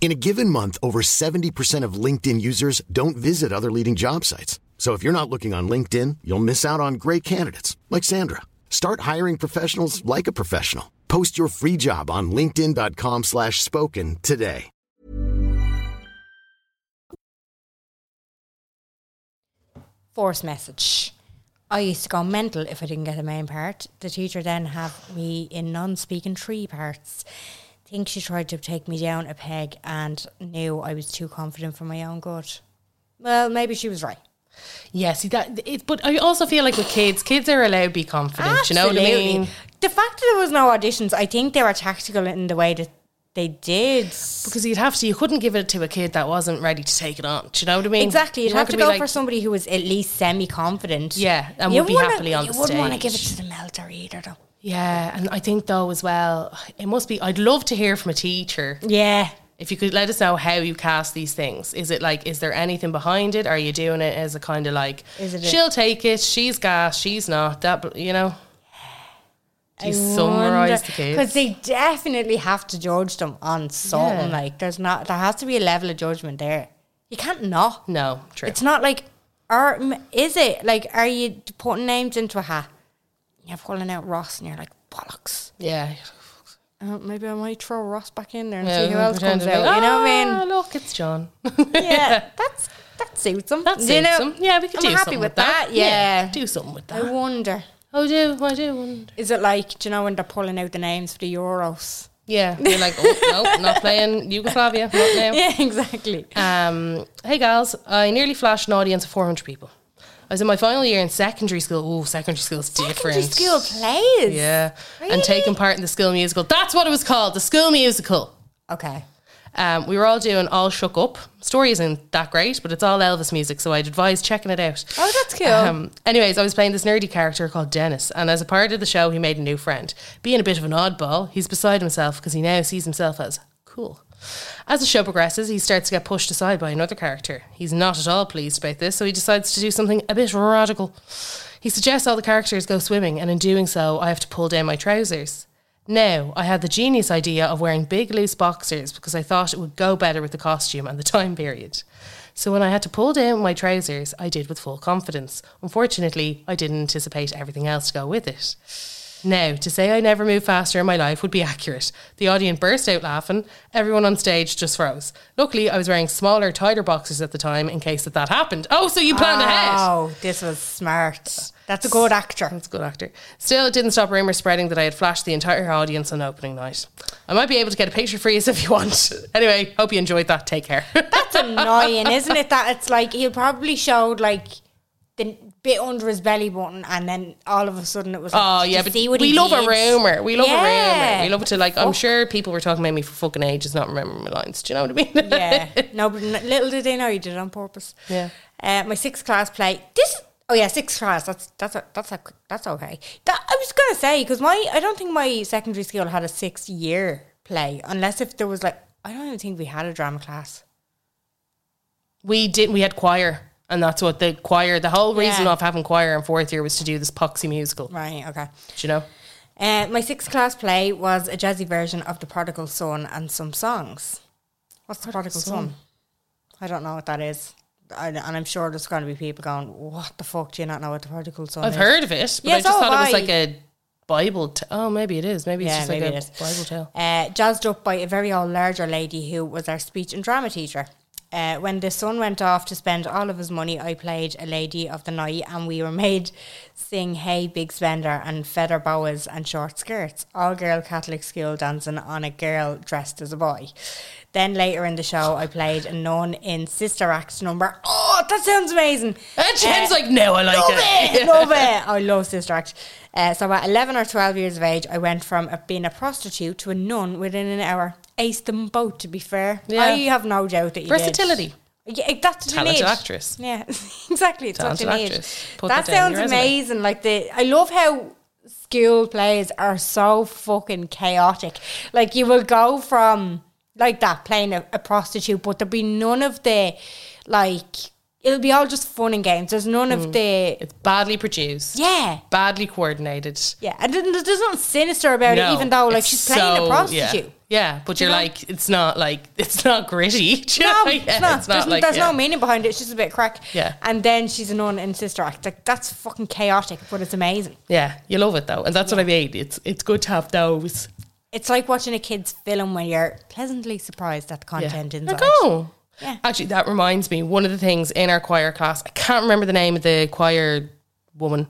In a given month, over 70% of LinkedIn users don't visit other leading job sites. So if you're not looking on LinkedIn, you'll miss out on great candidates like Sandra. Start hiring professionals like a professional. Post your free job on linkedin.com/spoken slash spoken today.
Force message. I used to go mental if I didn't get the main part. The teacher then had me in non-speaking three parts. Think she tried to take me down a peg and knew I was too confident for my own good. Well, maybe she was right.
Yeah, see that. It, but I also feel like with kids, kids are allowed to be confident. You know what I
Absolutely.
mean?
The fact that there was no auditions, I think they were tactical in the way that they did.
Because you'd have to, you couldn't give it to a kid that wasn't ready to take it on. Do you know what I mean?
Exactly, you'd
You're not
have to
gonna
go
be
for
like-
somebody who was at least semi-confident.
Yeah, and
You
would be
wouldn't-
happily on the
You wouldn't want to give it
stage.
to the melter either, though.
Yeah, and I think though as well, it must be. I'd love to hear from a teacher
Yeah,
if you could let us know how you cast these things. Is it like, is there anything behind it? Are you doing it as a kind of like,
Is it a-
she'll take it, she's gas, she's not that, bl- you know? Do you summarize the
because
kids?
they definitely have to judge them on something.
Yeah.
Like, there's not there has to be a level of judgment there. You can't not.
No, true.
It's not like, are m- is it like? Are you putting names into a hat? You're pulling out Ross, and you're like bollocks.
yeah.
Uh, maybe I might throw Ross back in there and
Yeah,
see who else
pretend
comes
to be,
out. You know what I mean?
"Ah, Look, it's John.
yeah, that's that suits them.
That
You
suits
know,
him. Yeah, we could
I'm
do
happy
something
with that. Yeah.
do something with
I
that.
wonder,
Oh, do I do wonder.
is it like do you know when they're pulling out the names for the Euros?
Yeah, you're like, oh no, not playing Yugoslavia, not now.
Yeah, exactly.
Um, hey gals, I nearly flashed an audience of 400 people. I was in my final year in secondary school. Oh, secondary school's
Secondary
different.
school plays.
Yeah, and taking part in the school musical. That's what it was called, the school musical.
Okay.
Um, we were all doing All Shook Up. Story isn't that great, but it's all Elvis music, so I'd advise checking it out.
Oh, that's cool.
Um, anyways, I was playing this nerdy character called Dennis, and as a part of the show, he made a new friend. Being a bit of an oddball, he's beside himself because he now sees himself as cool. As the show progresses, he starts to get pushed aside by another character. He's not at all pleased about this, so he decides to do something a bit radical. He suggests all the characters go swimming, and in doing so, I have to pull down my trousers. Now, I had the genius idea of wearing big loose boxers because I thought it would go better with the costume and the time period. So when I had to pull down my trousers, I did with full confidence. Unfortunately, I didn't anticipate everything else to go with it. Now, to say I never moved faster in my life would be accurate. The audience burst out laughing. Everyone on stage just froze. Luckily, I was wearing smaller, tighter boxers at the time in case that that happened. Oh, so you planned ahead.
Oh, this was smart. That's a good actor.
That's a good actor. Still, it didn't stop rumour spreading that I had flashed the entire audience on opening night. I might be able to get a picture for you if you want. Anyway, hope you enjoyed that. Take care.
That's annoying, isn't it? That it's like he probably showed like the bit under his belly button, and then all of a sudden it was.
Oh
Like,
yeah,
"Did you
but
see what
we
he
love
did?"
a rumor. We love a rumor.
Yeah.
We love it to like. I'm sure people were talking about me for fucking ages, not remembering my lines. Do you know what I mean?
yeah. No, but n- little did they know you did it on purpose.
Yeah.
Uh, my sixth class play. This. Oh yeah, sixth class. That's that's a, that's a, that's okay. That, I was gonna say because my I don't think my secondary school had a sixth year play unless if there was like I don't even think we had a drama class.
we did. We had choir, and that's what the choir. The whole reason
Yeah.
of having choir in fourth year was to do this poxy musical.
Right. Okay.
Do you know?
Uh, my sixth class play was a jazzy version of The Prodigal Son and some songs. What's The Prodigal Son? I don't know what that is. I, and I'm sure there's going to be people going, what the fuck do you not know what The Prodigal Son
I've
is?
heard of it, but
Yeah,
I just
so
thought it was
have I.
like a Bible. T- oh, maybe it is. Maybe it's just like
maybe
a
it is.
Bible tale.
Uh, jazzed up by a very old larger lady who was our speech and drama teacher. Uh, when the son went off to spend all of his money, I played a lady of the night, and we were made sing "Hey Big Spender" and feather boas and short skirts, all girl Catholic school dancing on a girl dressed as a boy. Then later in the show, I played a nun in Sister Act's number. Oh, that sounds amazing! Uh,
And Jen's like, no, I like
love
it.
it, love it. I love Sister Act. Uh, so at 11 or 12 years of age, I went from a, being a prostitute to a nun within an hour. Aced them both, to be fair.
Yeah.
I have no doubt that you did.
Versatility.
Yeah, that's what
Talented
you need.
actress.
Yeah, exactly. It's what
Talented
you need.
actress. Put
that
that down in
sounds
your resume.
amazing. Like the, I love how school plays are so fucking chaotic. Like you will go from like that playing a, a prostitute, but there'll be none of the like. It'll be all just fun and games. There's none of the
Mm. It's badly produced.
yeah.
Badly coordinated.
Yeah. And then there's nothing sinister about
No,
it, even though like
it's
she's playing
so-
a prostitute.
Yeah, yeah, but you're
know?
like, it's not like it's not gritty. do you
No,
know?
it's
Yeah,
not.
it's
there's
like,
there's
yeah.
no meaning behind it. It's just a bit of crack.
Yeah.
And then she's a nun in Sister Act. Like that's fucking chaotic, but it's amazing.
Yeah, you love it though, and that's what I mean. It's it's good to have those.
It's like watching a kid's film when you're pleasantly surprised at the content
yeah. Like,
inside.
oh.
Yeah.
Actually, that reminds me. One of the things in our choir class, I can't remember the name of the choir woman,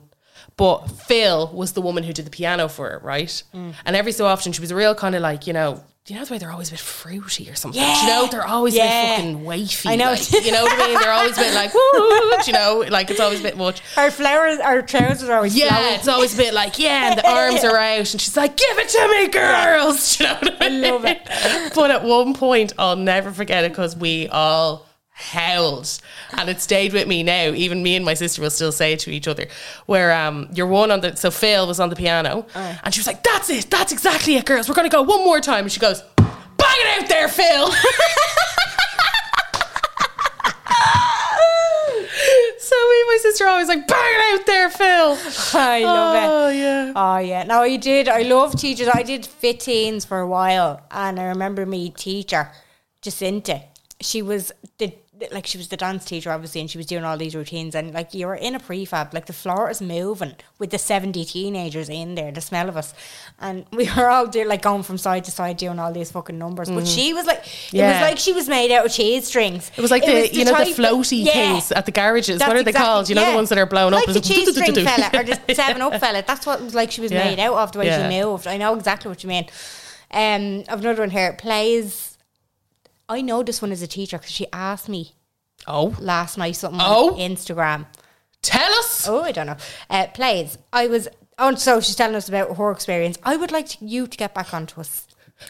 but Phil was the woman who did the piano for her, right?
Mm.
And every so often, she was a real kind of like you know. You know the way they're always a bit fruity or something. Do You know they're always
Yeah.
a bit fucking wafy.
I know.
like, you know what I mean. They're always a bit like, woo, do you know, like it's always a bit much.
Her flowers, her trousers are always
Yeah,
flowing.
it's always a bit like, yeah, and the arms are out, and she's like, give it to me, girls. You know what I, mean?
love
it. But at one point, I'll never forget it because we all howled, and it stayed with me now. Even me and my sister will still say it to each other. Where um, your one on the so Phil was on the piano, and she was like, "That's it, that's exactly it, girls. We're gonna go one more time." And she goes, "Bang it out there, Phil." So me and my sister are always like, bang it out there, Phil.
I love it.
Oh, yeah.
Oh yeah. No, I did. I love teachers. I did fitteens for a while, and I remember me teacher Jacinta. She was the like she was the dance teacher, obviously, and she was doing all these routines. And like you were in a prefab, like the floor is moving with the seventy teenagers in there, the smell of us, and we were all do, like going from side to side doing all these fucking numbers. But she was like, it
Mm-hmm. Yeah.
was like she was made out of cheese strings.
It was like the,
was
you know the
type-
floaty
Yeah.
things at the garages.
That's
what are they
exactly-
called? You know
yeah.
the ones that are blown
like
up.
the
It's
cheese string
do-do-do-do-do.
fella or the Seven Up fella. That's what it was like she was
Yeah.
made out of the way
Yeah.
she moved. I know exactly what you mean. Um, I've another one here. Plays. I know this one is a teacher because she asked me
Oh,
last night something
Oh.
on Instagram.
tell us.
Oh, I don't know. Uh, plays. I was. Oh, and so she's telling us about her experience. I would like to, you to get back onto us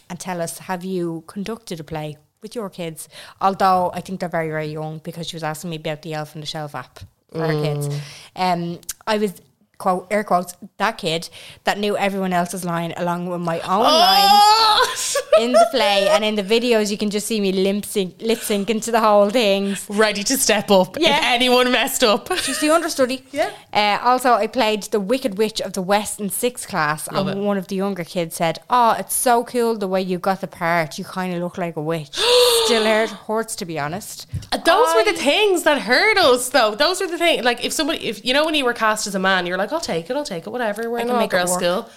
and tell us: Have you conducted a play with your kids? Although I think they're very, very young because she was asking me about the Elf on the Shelf app for our kids. Um, I was quote air quotes that kid that knew everyone else's line along with my own line.
Oh.
in the play and in the videos, you can just see me lip sync, lip syncing to the whole thing.
ready to step up
Yeah.
if anyone messed up.
She's the understudy. Yeah. Uh, also, I played the Wicked Witch of the West in sixth class, and one of the younger kids said, "Oh, it's so cool the way you got the part. You kind of look like a witch." Still hurt, hurts to be honest.
Uh, Those were the things that hurt us, though. Those were the things. Like if somebody, if you know, when you were cast as a man, you're like, I'll take it, I'll take it, whatever. We're in
can
all
make it
girl
work.
school.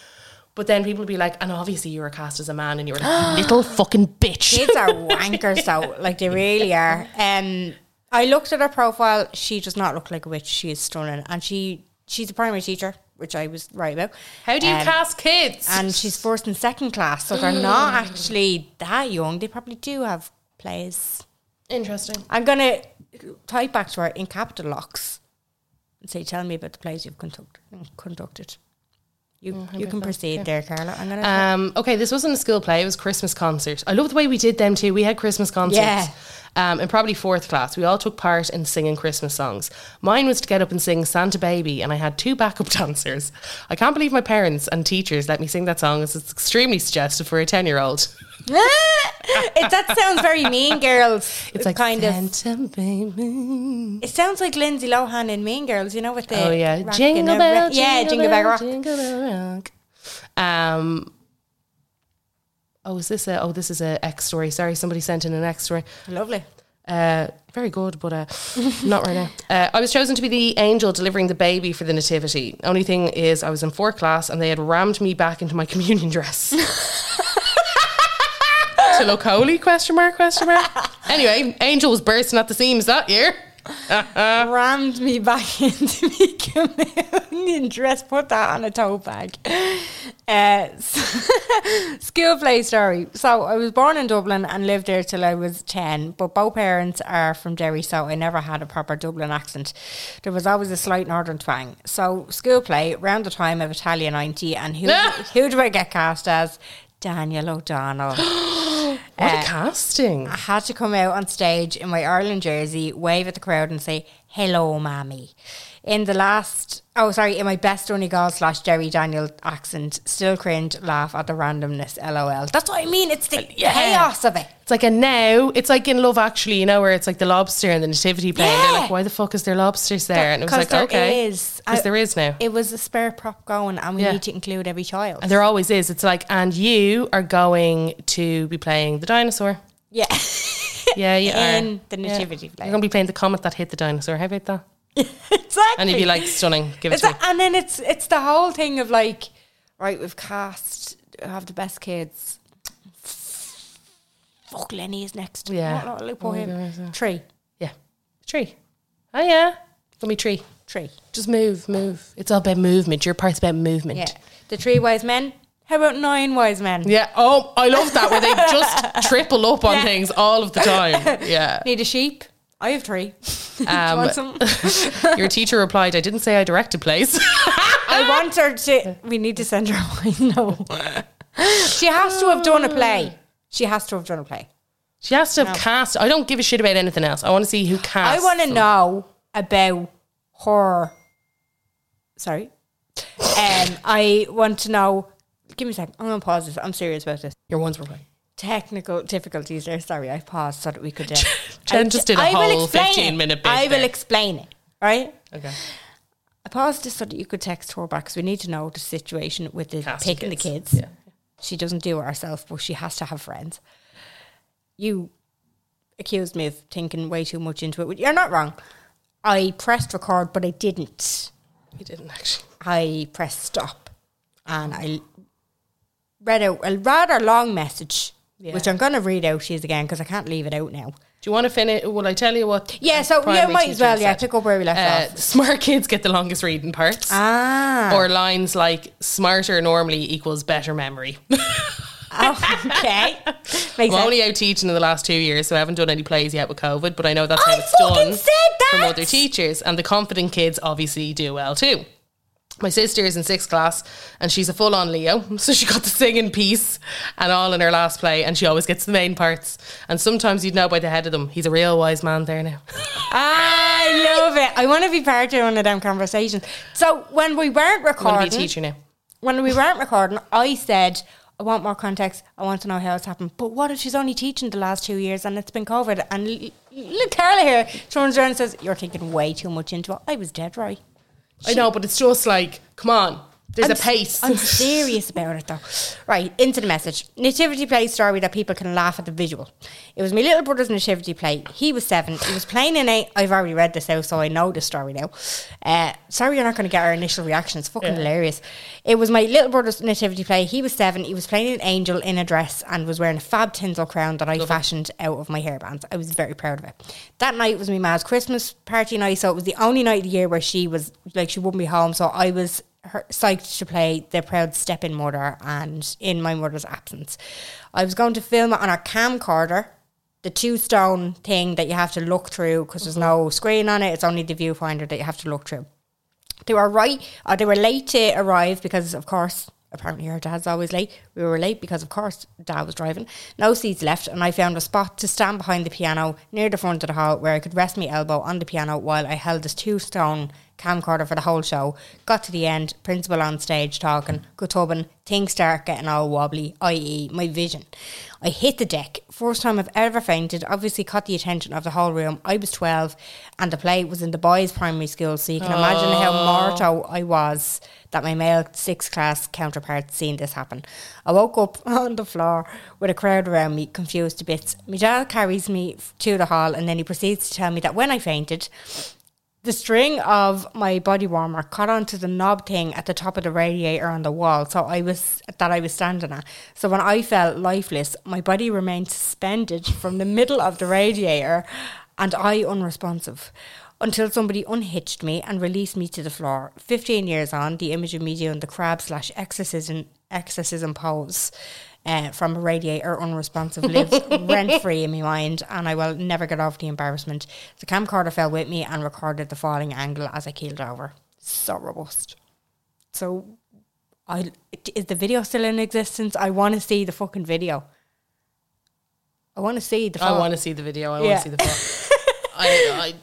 But then people would be like, and obviously you were cast as a man, and you were like, "You little fucking bitch.
Kids are wankers though, like they really are. Um, I looked at her profile. She does not look like a witch. She is stunning, and she she's a primary teacher, which I was right about.
How do you
Um,
cast kids?
And she's first and second class, so they're not actually that young. They probably do have plays.
Interesting.
I'm gonna type back to her in capital locks and say, "Tell me about the plays you've conduct- conducted." You
Mm,
you can proceed there, Carla. I'm gonna.
Um, okay, this wasn't a school play; it was a Christmas concert. I love the way we did them too. We had Christmas concerts.
Yeah.
Um, in probably fourth class, we all took part in singing Christmas songs. Mine was to get up and sing Santa Baby, and I had two backup dancers. I can't believe my parents and teachers let me sing that song, as it's extremely suggestive for a ten-year-old.
it, that sounds very mean, girls.
It's like
kind of.
Santa Baby.
It sounds like Lindsay Lohan in Mean Girls, you know, with the
Oh yeah,
rock
jingle
and a
bell,
rock- yeah,
jingle
jingle bell rock.
jingle bell rock. Um. Oh, is this a? Oh, this is a X story. Sorry, somebody sent in an X story.
Lovely.
Uh, very good, but uh, not right now. Uh, I was chosen to be the angel delivering the baby for the nativity. Only thing is, I was in fourth class and they had rammed me back into my communion dress. to look holy? Question mark? Question mark? Anyway, angel was bursting at the seams that year.
Rammed me back into me communion dress. Put that on a tote bag. Uh, s- school play story. So I was born in Dublin and lived there till I was ten. But both parents are from Derry, so I never had a proper Dublin accent. There was always a slight northern twang. So school play around the time of Italian ninety, and who who do I get cast as? Daniel O'Donnell.
What
Uh,
a casting.
I had to come out on stage in my Ireland jersey, wave at the crowd, and say "Hello, mammy." In the last, oh sorry, in my best Donegal slash Jerry Daniel accent, still cringe, laugh at the randomness. LOL. That's what I mean. It's
Uh,
the chaos of it.
It's like a now. It's like in Love Actually, you know, where it's like the lobster and the nativity play. And they're like, why the fuck is there lobsters there? And it was like,
there
okay.
is.
Because
I-
there is now.
It was a spare prop going, and we
Yeah.
need to include every child.
And there always is. It's like, and you are going to be playing the dinosaur.
yeah,
Yeah, you are.
in the nativity
yeah.
play.
You're going to be playing the comet that hit the dinosaur. How about that?
exactly.
And you'd be like, stunning. Give it
It's
to me.
a- and then it's it's the whole thing of like, right, we've cast have the best kids. Fuck Lenny is next.
Yeah.
No, no, look for him. Tree,
Yeah. Tree. Oh, yeah. It's going to be tree.
tree.
Just move, move. It's all about movement. Your part's about movement.
Yeah, the three wise men. How about nine wise men?
Yeah. Oh, I love that where they just triple up on things all of the time. Yeah. Um,
Need a sheep? I have three. Do you want some?
Your teacher replied, I didn't say I directed plays.
I want her to. We need to send her away. No, she has to have done a play. She has to have done a play.
she has to have cast. I don't give a shit about anything else. I want to see who
I
casts.
want to know about her. Sorry. Um, I want to know. Give me a second. I'm going to pause this. I'm serious about this.
Your ones were right.
Technical difficulties there. Sorry, I paused so that we could. Uh,
Jen
I-
just did a
I will
whole
explain
15
it.
minute bit
I will
there.
explain it. Right.
Okay.
I paused this so that you could text her back because we need to know the situation with the
Casting
taking the
kids.
kids. She doesn't do it herself, but she has to have friends. You accused me of thinking way too much into it. but You're not wrong. I pressed record, but I didn't.
You didn't actually.
I pressed stop and I read out a rather long message, which I'm going to read out to you again because I can't leave it out now.
Do you want to finish? Will I tell you what?
Yeah, so yeah,
primary
might as
teacher
well. Yeah,
said?
pick up where we left
Uh,
off.
smart kids get the longest reading parts.
Ah,
Or lines like smarter normally equals better memory.
Oh, okay. Makes
I'm
sense.
only out teaching in the last two years, so I haven't done any plays yet with COVID, but I know that's how
I
it's
fucking
done
said
from
that!
other teachers. And the confident kids obviously do well too. My sister is in sixth class and she's a full on Leo, so she got the singing piece and all in her last play, and she always gets the main parts. And sometimes you'd know by the head of them, he's a real wise man there now.
I love it. I want to be part of one of them conversations. So when we
I
weren't
want to
recording,
be a teacher now.
when we weren't recording, I said I want more context. I want to know how it's happened. But what if she's only teaching the last two years and it's been COVID? And l- little Carla here turns around and says, You're thinking way too much into it. I was dead right.
I know, but it's just like, come on, there's
I'm
a
s-
pace.
I'm serious about it though. Right, into the message. Nativity play story that people can laugh at the visual. It was my little brother's nativity play. He was seven. He was playing in eight. I've already read this out, so I know the story now. Uh, sorry, you're not going to get our initial reactions. Fucking hilarious. It was my little brother's nativity play. He was seven. He was playing an angel in a dress and was wearing a fab tinsel crown that I fashioned out of my hairbands. I was very proud of it. That night was my ma's Christmas party night, so it was the only night of the year where she was like she wouldn't be home. So I was her, psyched to play the proud step in mother and in my mother's absence. I was going to film it on a camcorder, the two stone thing that you have to look through because there's no screen on it, it's only the viewfinder that you have to look through. They were right, or they were late to arrive because, of course, apparently her dad's always late. We were late because, of course, dad was driving. No seats left, and I found a spot to stand behind the piano near the front of the hall where I could rest my elbow on the piano while I held this two stone camcorder for the whole show. Got to the end, principal on stage talking, good tubbing, things start getting all wobbly, i.e., my vision. I hit the deck. First time I've ever fainted, obviously caught the attention of the whole room. I was 12 and the play was in the boys' primary school, so you can imagine how mortal I was that my male sixth class counterparts seen this happen. I woke up on the floor with a crowd around me, confused to bits. My dad carries me f- to the hall and then he proceeds to tell me that when I fainted, the string of my body warmer caught onto the knob thing at the top of the radiator on the wall, so I was that I was standing at. So when I fell lifeless, my body remained suspended from the middle of the radiator, and I unresponsive. Until somebody unhitched me and released me to the floor. Fifteen years on, the image of me doing the crab slash exorcism exorcism pose uh, from a radiator unresponsive lives rent free in my mind, and I will never get off the embarrassment. The camcorder fell with me and recorded the falling angle as I keeled over. So robust. So, I is the video still in existence? I want to see the fucking video. I want to see the.
Oh, I
fall.
want to see the video. I
Yeah.
want to see the fuck. I,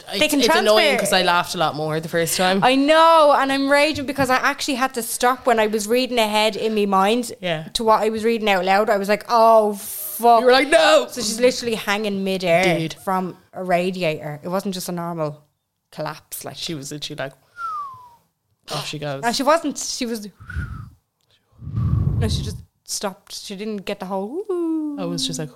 I, I,
They can
it's annoying
transfer.
because I laughed a lot more the first time.
I know, and I'm raging because I actually had to stop when I was reading ahead in my mind
Yeah.
to what I was reading out loud. I was like, oh, fuck.
you were like, no.
So she's literally hanging midair
Dude.
from a radiator. It wasn't just a normal collapse. Like she,
She was literally like, off she goes.
no, she wasn't. She was. No, she just stopped. She didn't get the whole. Ooh.
I was just like,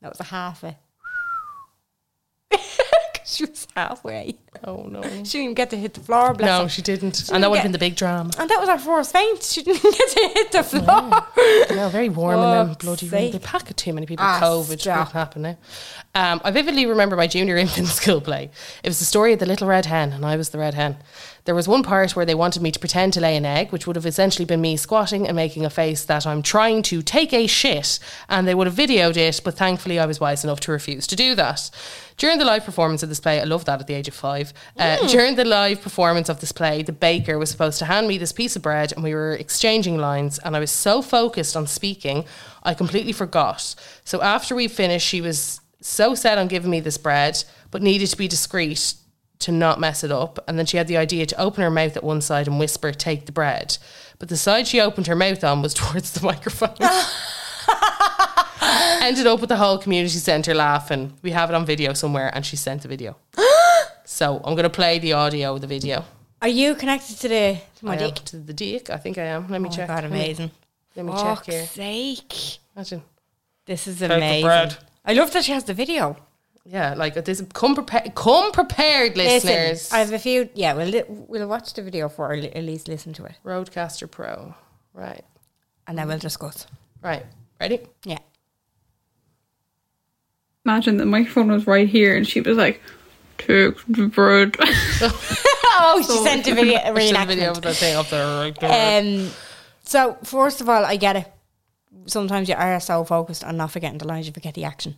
That was a half a. 'Cause she was halfway.
oh no.
She didn't even get to hit the floor. Bless
No,
her.
she didn't.
She
and
didn't
that would
get-
have been the big drama.
And that was her first faint. She didn't get to hit the floor.
No, very warm and then
Fuck's
bloody
sake.
rain. They pack it too many people.
Ah,
COVID
stop.
didn't happen now. Um, I vividly remember my junior infant school play. It was the story of the little red hen, and I was the red hen. There was one part where they wanted me to pretend to lay an egg, which would have essentially been me squatting and making a face that I'm trying to take a shit, and they would have videoed it, but thankfully I was wise enough to refuse to do that. During the live performance of this play, I love that at the age of five. Uh,
Hmm.
During the live performance of this play, the baker was supposed to hand me this piece of bread and we were exchanging lines, and I was so focused on speaking, I completely forgot. So after we finished, she was so set on giving me this bread, but needed to be discreet to not mess it up. And then she had the idea to open her mouth at one side and whisper, Take the bread. But the side she opened her mouth on was towards the microphone. Ended up with the whole community centre laughing. We have it on video somewhere, and she sent the video. so I'm going to play the audio of the video.
Are you connected to the to my
I am
dick?
to the dick. I think I am. Let me
Oh my
check.
God,
Let me-
amazing.
Let me
Fuck's
check here.
sake.
Imagine.
This is
the
amazing.
bread.
I love that she has the video.
Yeah, like this. Come prepared. Come prepared,
Listen,
listeners.
I have a few. Yeah, we'll li- we'll watch the video for or li- at least listen to it,
Roadcaster Pro. Right.
and then we'll discuss.
Right. Ready?
Yeah.
Imagine the microphone was right here and she was like, Take the bread.
Oh, she sent a video. A
Which is the
reenactment.
video of the thing of the.
Um, so first of all, I get it. Sometimes you are so focused on not forgetting the lines, you forget the action.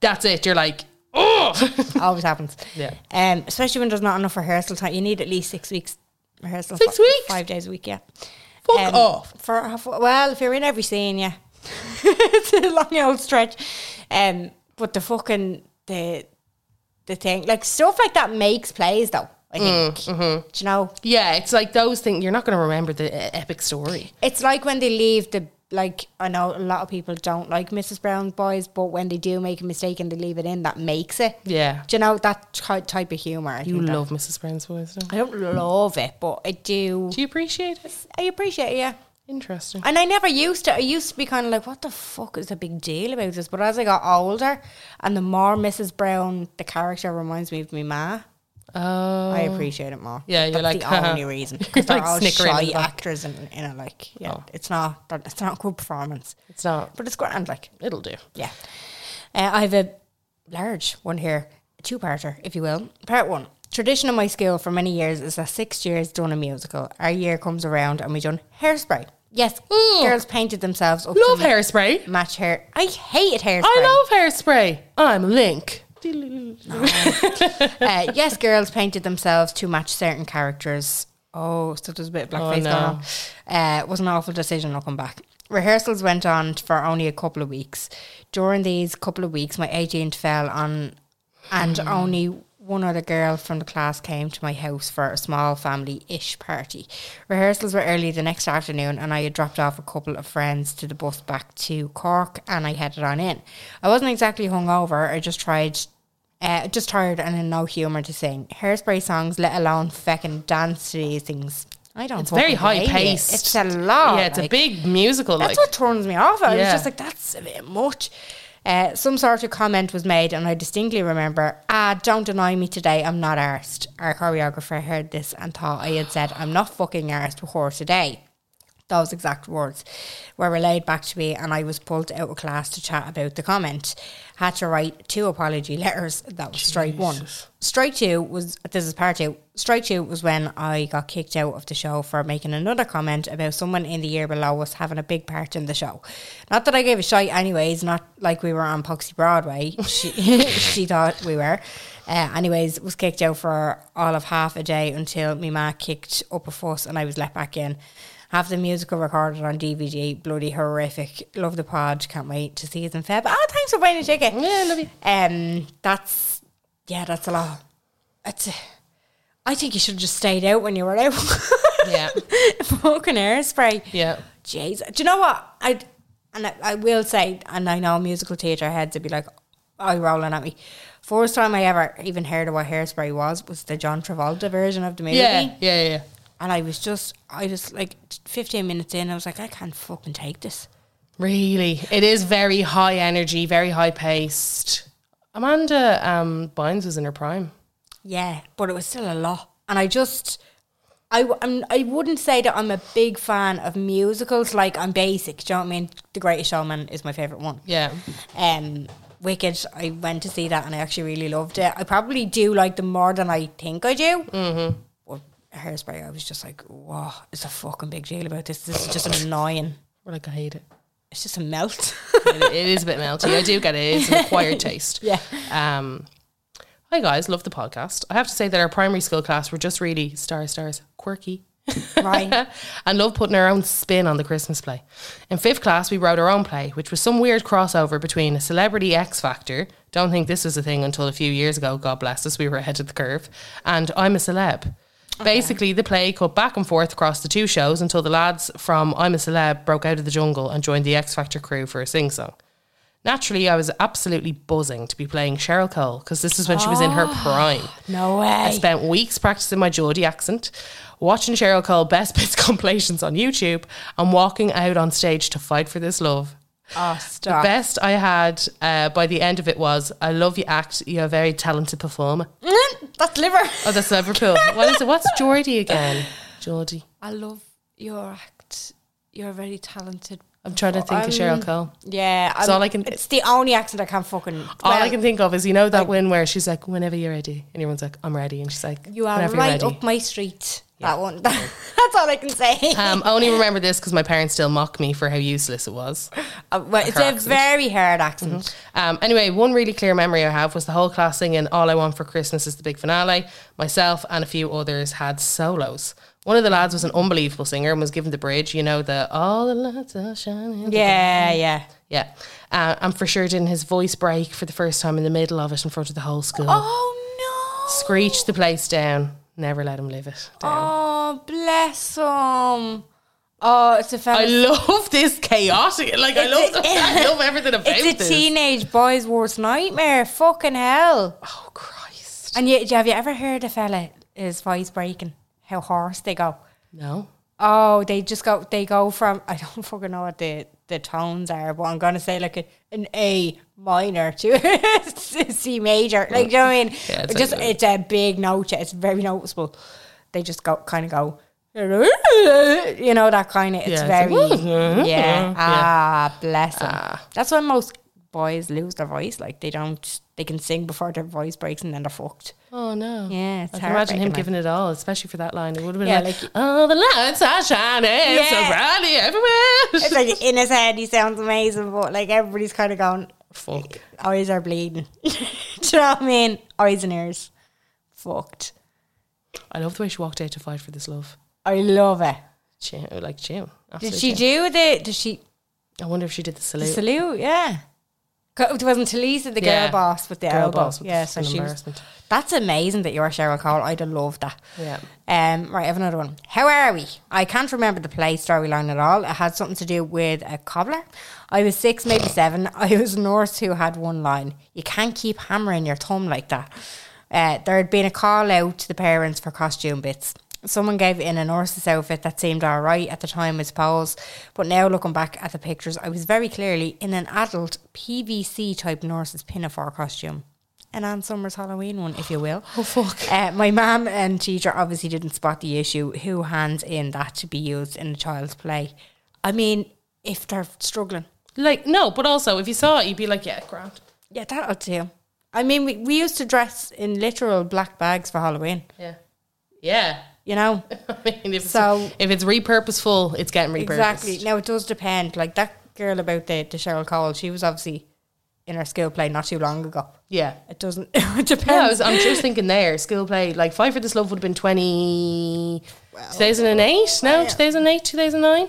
That's it. You're like, oh.
Always happens.
Yeah.
Um, especially when there's not enough rehearsal time. You need at least six weeks rehearsal.
Six
fi-
weeks?
Five days a week. Yeah.
Fuck
Um,
off.
For a half- well, if you're in every scene, yeah, it's a long old stretch. Um, but the fucking the the thing like stuff like that makes plays though. I think
Mm, mm-hmm.
Do you know
Yeah, it's like those things. You're not going to remember the uh, eh, epic story.
it's like when they leave the like I know a lot of people don't like Mrs. Brown's boys, but when they do make a mistake and they leave it in, that makes it.
Yeah.
Do you know that ty- type of humor? I
You
think that-
love Mrs. Brown's Boys. Don't you?
I don't love it, but I do.
Do you appreciate it?
I appreciate it. Yeah.
Interesting.
And I never used to. I used to be kind of like, what the fuck is the big deal about this? But as I got older, and the more Mrs. Brown, the character reminds me of my ma,
Oh,
I appreciate it more.
Yeah, you're
That's
like,
the
haha.
only reason.
You're
'cause they're
like
all
snickering in
shy
the back. Oh.
actors, and you know, like, yeah, it's not, that- it's not a good performance,
it's not.
but it's grand. Like,
It'll do.
yeah, uh, I have a large one here, a two-parter, if you will. Part one. Tradition in my school for many years is that six years done a musical. Our year comes around and we done hairspray. Yes, girls painted themselves up. to
Love
ma-
hairspray.
Match hair. I hated hairspray.
I love hairspray. I'm Link.
uh, yes, girls painted themselves to match certain characters. Oh, so there's a bit of blackface
no.
going on. Uh, it was an awful decision. I'll come back. Rehearsals went on for only a couple of weeks. During these couple of weeks, my agent fell on, and only one other girl from the class came to my house for a small family ish party. Rehearsals were early the next afternoon, and I had dropped off a couple of friends to the bus back to Cork, and I headed on in. I wasn't exactly hungover. I just tried uh, just tired and in no humour to sing hairspray songs, let alone fucking dance to these things. I don't.
It's very high
fucking hate it.
paced.
It's a lot.
Yeah, it's a
like,
big musical.
That's
Like,
what turns me off. I was
Yeah.
just like, that's a bit much. Uh, some sort of comment was made, and I distinctly remember, ah, don't annoy me today, I'm not arsed. Our choreographer heard this and thought I had said, I'm not fucking arsed with her today. Those exact words were relayed back to me, and I was pulled out of class to chat about the comment. Had to write two apology letters. That was strike one. Strike two was this is part two. Strike two was when I got kicked out of the show for making another comment about someone in the year below us having a big part in the show. Not that I gave a shite, anyways. Not like we were on Poxy Broadway. She she thought we were. Uh, anyways, was kicked out for all of half a day until my ma kicked up a fuss and I was let back in. Have the musical recorded on DVD. Bloody horrific. Love the pod. Can't wait to see it in Feb. Oh, thanks for buying a ticket. Yeah, love you. Um, that's yeah, that's a lot. It's. I think you should have just stayed out when you were out.
Yeah.
Fucking hairspray.
Yeah.
Jeez. Do you know what? I and I, I will say, and I know musical theatre heads would be like, "I rolling at me." First time I ever even heard of what hairspray was was the John Travolta version of the movie.
Yeah. Yeah. Yeah. yeah.
And I was just, I just like 15 minutes in, I was like, I can't fucking take this.
Really, it is very high energy, very high paced. Amanda um, Bynes was in her prime.
Yeah, but it was still a lot. And I just, I, w- I'm, I wouldn't say that I'm a big fan of musicals. Like, I'm basic. Do you know what I mean? The Greatest Showman is my favourite one.
Yeah,
Um, Wicked, I went to see that and I actually really loved it. I probably do like them more than I think I do. Mm-hmm. But Hairspray, I was just like, wow, it's a fucking big deal about this. This is just annoying.
we're like I hate it.
It's just a melt.
It, it is a bit melty. I do get it. It's an acquired taste.
Yeah.
Um, hi guys, love the podcast. I have to say that our primary school class were just really star stars quirky.
right.
and love putting our own spin on the Christmas play. In fifth class, we wrote our own play, which was some weird crossover between a celebrity X Factor. Don't think this was a thing until a few years ago. God bless us, we were ahead of the curve. And I'm a celeb. Basically, the play cut back and forth across the two shows until the lads from I'm a Celeb broke out of the jungle and joined the X Factor crew for a sing song. Naturally, I was absolutely buzzing to be playing Cheryl Cole because this is when she was in her prime.
No way.
I spent weeks practicing my Geordie accent, watching Cheryl Cole best bits compilations on YouTube, and walking out on stage to fight for this love.
Oh,
The
stop.
best I had uh, by the end of it was, I love your act. You're a very talented performer.
That's liver.
Oh, that's Liverpool. what is it? What's Geordie again? Geordie.
I love your act. You're a very talented.
I'm trying to think
Um,
of Cheryl Cole.
Yeah,
It's
I'm-
all I can-
It's the only accent I can fucking.
All I
well,
can think of is, you know, that win where she's like, whenever you're ready. And everyone's like, I'm ready. And she's like,
You are
whenever
right
you're ready.
up my street. That one. that's all I can say.
um, I only remember this because my parents still mock me for how useless it was.
Uh, well, it's
her
a
accent.
very hard accent.
Um, anyway, one really clear memory I have was the whole class singing All I Want for Christmas is the Big Finale. Myself and a few others had solos. One of the lads was an unbelievable singer and was given the bridge, you know, the All the Lights Are Shining.
Yeah,
Mm-hmm.
yeah.
Yeah. Uh, and for sure, didn't his voice break for the first time in the middle of it in front of the whole school?
Oh no!
Screeched the place down. Never let him live it down.
Oh bless him. Oh, it's a fella.
I love this chaotic. Like I love,
It's a-
the, I love everything about
It's a
this.
teenage boy's worst nightmare. Fucking hell.
oh Christ!
And yet, have you ever heard a fella his voice breaking? How hoarse they go.
No,
Oh, they just go. They go from I don't fucking know what the the tones are, but I'm gonna say like a, an A minor to a C major. Like, do you know what I mean?
Yeah, it's
It's just
like that.
it's a big note. yeah, It's very noticeable. They just go kind of go. You know that kind of. It's
Yeah, it's
very
like,
yeah. Ah, bless them. That's why most boys lose their voice. Like they don't. They can sing before their voice breaks, and then they're fucked.
oh no.
Yeah, it's
I can imagine him
heartbreaking,
giving it all, especially for that line. It would have been
Yeah,
like,
like-
"Oh, the lights are shining so
Yeah.
brightly everywhere."
It's like in his head, he sounds amazing, but like everybody's kind of going.
Fuck.
eyes are bleeding. Do you know what I mean? Eyes and ears. Fucked.
I love the way she walked out to fight for this love.
I love it.
Jim, like Jim.
Did
absolute
she
Jim.
do the did she
I wonder if she did the
the
salute.
salute? Yeah. Co- It wasn't Talisa the girl
Yeah.
boss with the
Girl
elbow.
boss with the
yeah, so
fucking
she was,
embarrassment.
That's amazing that you're Cheryl Cole. I'd have loved that.
Yeah.
Um, right, I have another one. How are we? I can't remember the play storyline at all. It had something to do with a cobbler. I was six, maybe seven. I was a nurse who had one line. You can't keep hammering your thumb like that. Uh, there had been a call out to the parents for costume bits. Someone gave in a nurse's outfit that seemed all right at the time, I suppose. But now looking back at the pictures, I was very clearly in an adult PVC type nurse's pinafore costume an Ann Summers Halloween one, if you will. Oh fuck! Uh, my mum and teacher obviously didn't spot the issue. Who hands in that to be used in a child's play? I mean, if they're struggling,
Like no, but also if you saw it, you'd be like, "Yeah, grand."
yeah, that'll do. I mean, we, we used to dress in literal black bags for Halloween.
Yeah, yeah.
You know
I mean, if
So-
it's, if it's repurposeful, it's getting repurposed.
exactly. Now it does depend. Like that girl about the the Cheryl Cole, she was obviously in her skill play not too long ago.
Yeah.
It doesn't. it depends.
Yeah, I was, I'm just thinking there, skill play. Like, Five for This Love would have been 20, 2008, no, 2008, 2009.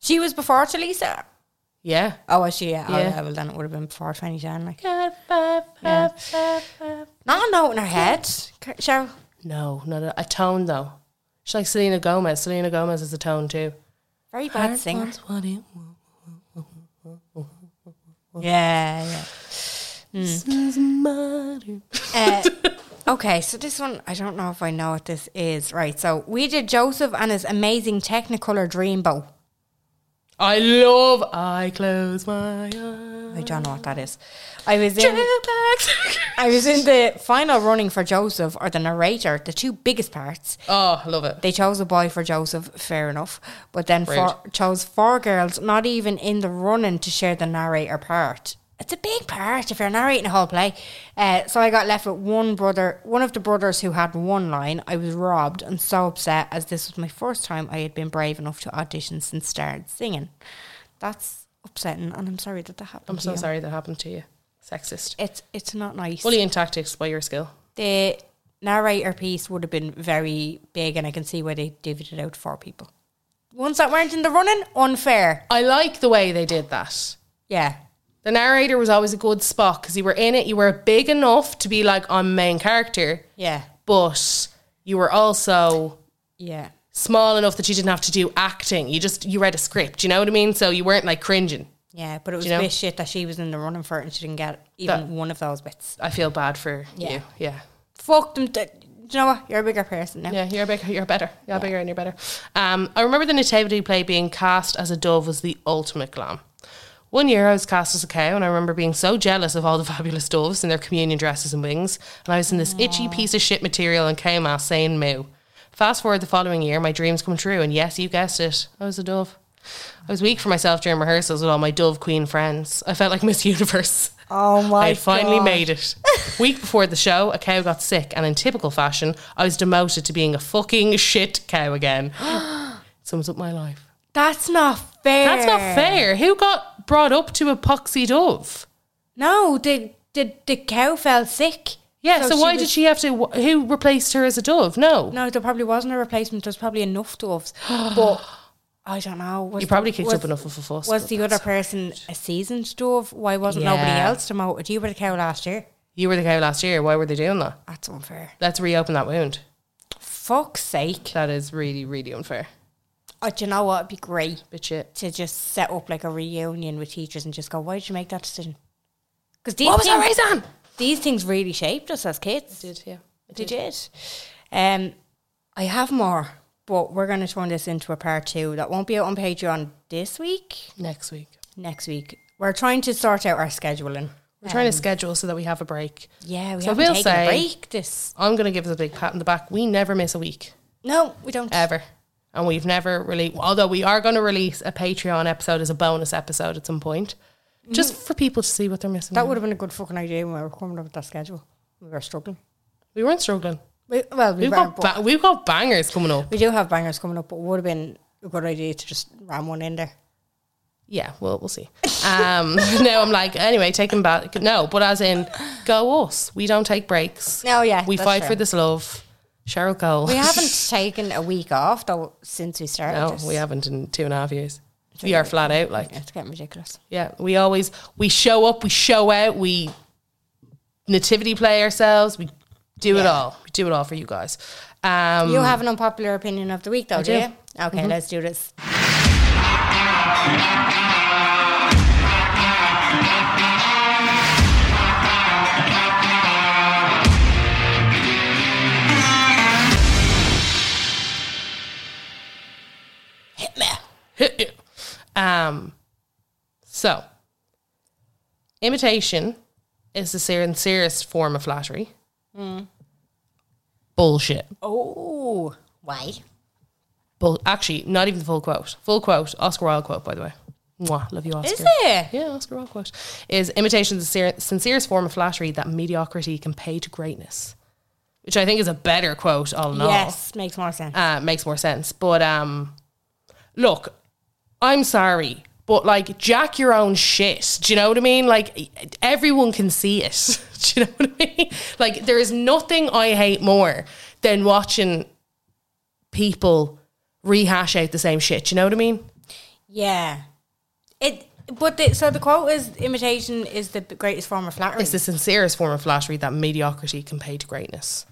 she was before Talisa.
Yeah.
Oh, was she? Yeah. Oh,
Yeah.
yeah. Well, then it would have been before 2010. Like.
No,
Not a note in her head. C- Cheryl.
not a, a tone, though. She's like Selena Gomez. Selena Gomez is a tone, too. Mm.
Very bad singer.
That's what it was.
Yeah, yeah. Uh, okay, so this one, I don't know if I know what this is. Right, so we did Joseph and his amazing Technicolor Dreamboat.
I love I Close My Eyes.
I don't know what that is. I was in.
Jetpacks.
I was in the final running for Joseph or the narrator, the two biggest parts.
oh, I love it.
They chose a boy for Joseph, fair enough, but then
Rude.
four, chose four girls, not even in the running to share the narrator part. It's a big part if you're narrating a whole play. Uh, so I got left with one brother, one of the brothers who had one line. I was robbed and so upset as this was my first time I had been brave enough to audition since started singing. That's upsetting, and I'm sorry that that happened.
I'm
to
so
you.
sorry that happened to you. Sexist.
It's it's not nice
Bullying tactics by your skill.
the narrator piece would have been very big, and I can see why they divvied it out for people. Ones that weren't in the running, unfair.
I like the way they did that.
Yeah.
The narrator was always a good spot because you were in it. You were big enough to be like I'm main character,
Yeah.
but you were also
Yeah.
small enough that you didn't have to do acting. You just you read a script. You know what I mean? So you weren't like cringing.
Yeah, but it was
you know?
a bit shit that she was in the running for it and she didn't get even
That-
one of those bits.
I feel bad for
Yeah.
you. Yeah,
Fuck them. Th- do you know what? You're a bigger person now.
yeah. You're bigger. You're better. You're bigger and you're better. Um, I remember the nativity play being cast as a dove was the ultimate glam. One year I was cast as a cow, and I remember being so jealous of all the fabulous doves in their communion dresses and wings. And I was in this itchy piece of shit material and cow mask saying moo. Fast forward the following year, my dreams come true, and yes, you guessed it, I was a dove. I was weak for myself during rehearsals with all my dove queen friends. I felt like Miss Universe.
Oh my
I had finally
God.
made it. Week before the show, a cow got sick, and in typical fashion, I was demoted to being a fucking shit cow again. Sums up my life.
That's not fair.
That's not fair. Who got brought up to epoxy dove?
No, the, the, the cow fell sick.
Yeah, so, why did
was-
she have to? wh- Who replaced her as a dove? No.
No, there probably wasn't a replacement. There's probably enough doves. but I don't know. Was
You
the-
probably kicked
was-
up enough of a fuss.
Was
but
the
that's
other
all right.
person a seasoned dove? Why wasn't nobody
Yeah.
else demoted? You were the cow last year.
You were the cow last year. Why were they doing that?
That's unfair.
Let's reopen that wound.
Fuck's sake.
That is really, really unfair.
Oh, do you know what? It'd be great
Bit shit.
to just set up like a reunion with teachers and just go, why did you make that decision? Because these
What was
things,
our reason?
these things really shaped us as kids.
Did yeah.
They did. Um, I have more, but we're going to turn this into a part two. That won't be out on Patreon this week.
Next week.
Next week, we're trying to sort out our scheduling. Um,
We're trying to schedule so that we have a break.
Yeah, we
So
haven't
we'll
taken
say-
a break. This
I'm going to give us a big pat on the back. We never miss a week,
no, we don't.
ever. And we've never really, although we are going to release a Patreon episode as a bonus episode at some point, just for people to see what they're missing.
that would have been a good fucking idea when we were coming up with that schedule. We were struggling.
we weren't struggling.
We, well, we
We've
were,
got,
but
ba- we've got bangers coming up.
we do have bangers coming up, but it would have been a good idea to just ram one in there.
Yeah, well, we'll see. Um, no, I'm like, anyway, take them back. No, but as in, go us. We don't take breaks.
No, yeah,
We
that's
fight
true.
for this love. Cheryl Cole.
We haven't taken a week off though since we started.
No,
this.
Oh, we haven't in two and a half years. We are flat out like
It's getting ridiculous.
Yeah, we always we show up, we show out, we nativity play ourselves, we do it all. We do it all for you guys. Um
You have an unpopular opinion of the week, though, do.
do. Mm-hmm.
you? Okay, let's do this.
um so imitation is the sincerest form of flattery. Mm. Bullshit.
Oh, why?
Bull actually, not even the full quote. Full quote, Oscar Wilde quote, by the way. Mwah, love you, Oscar.
Is it?
Yeah, Oscar Wilde quote. Is imitation the ser- sincerest form of flattery that mediocrity can pay to greatness? Which I think is a better quote all in
Yes, makes more sense.
all. Uh, makes more sense. But um, look, I'm sorry, but like, jack your own shit. Do you know what I mean? Like, everyone can see it. Do you know what I mean? Like, there is nothing I hate more than watching people rehash out the same shit. Do you know what I mean?
yeah. It. But the, so the quote is imitation is the greatest form of flattery.
It's the sincerest form of flattery that mediocrity can pay to greatness.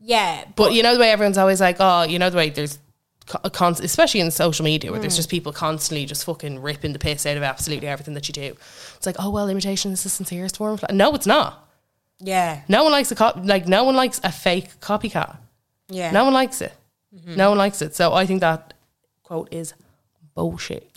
yeah.
But you know the way everyone's always like, oh, you know the way there's co- a const- especially in social media where
Mm.
there's just people constantly just fucking ripping the piss out of absolutely everything that you do. It's like, oh well, imitation is the sincerest form. of fla-" No, it's not.
Yeah.
No one likes a cop. Like no one likes a fake copycat.
Yeah. Mm-hmm.
No one likes it. No one likes it. So I think that quote is bullshit.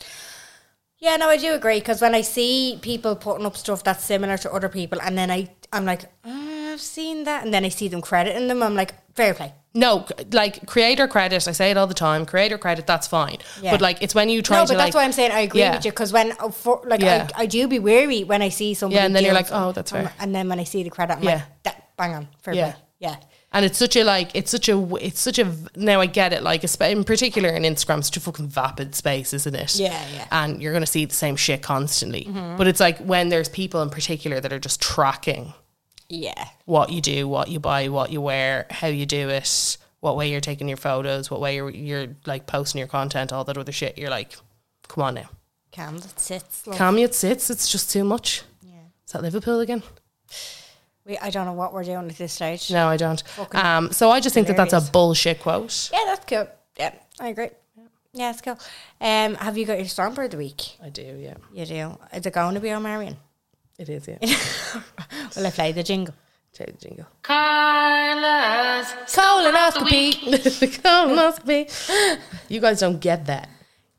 Yeah, no, I do agree because when I see people putting up stuff that's similar to other people, and then I, I'm like, "Ah, I've seen that, and then I see them crediting them, I'm like, fair play.
No, c- like creator credit. I say it all the time. Creator credit. That's fine.
Yeah.
But like, it's when you try
no,
to
but that's
like-
why I'm saying I agree
Yeah.
with you because when, uh, for, like,
Yeah.
I, I do be wary when I see somebody.
Yeah, and then you're
doing
like, oh, that's
something,
fair.
And then when I see the credit, I'm
Yeah.
like, that, bang on, fair
Yeah.
play. Yeah,
And it's such a like, it's such a, w- it's such a. v- Now I get it. Like, espe- in particular in Instagram, such a fucking vapid space, isn't it?
Yeah, yeah.
And you're gonna see the same shit constantly. But it's like when there's people in particular that are just tracking
yeah,
what you do, what you buy, what you wear, how you do it, what way you're taking your photos, what way you're, you're like posting your content, all that other shit. You're like, come on now,
Cam, that's it. Like,
calm your tits. It's just too much. Yeah. Is that Liverpool again?
we, I don't know what we're doing at this stage.
No, I don't. Um, so I just think that that's a
hilarious.
bullshit quote.
Yeah, that's cool. Yeah, I agree. Yeah, it's cool. Um, have you got your stormboard of the week?
I do, yeah.
You do. Is it going to be on Marion?
It is, yeah.
Will I play the jingle?
Check the jingle.
Colonoscopy.
Colonoscopy. You guys don't get that.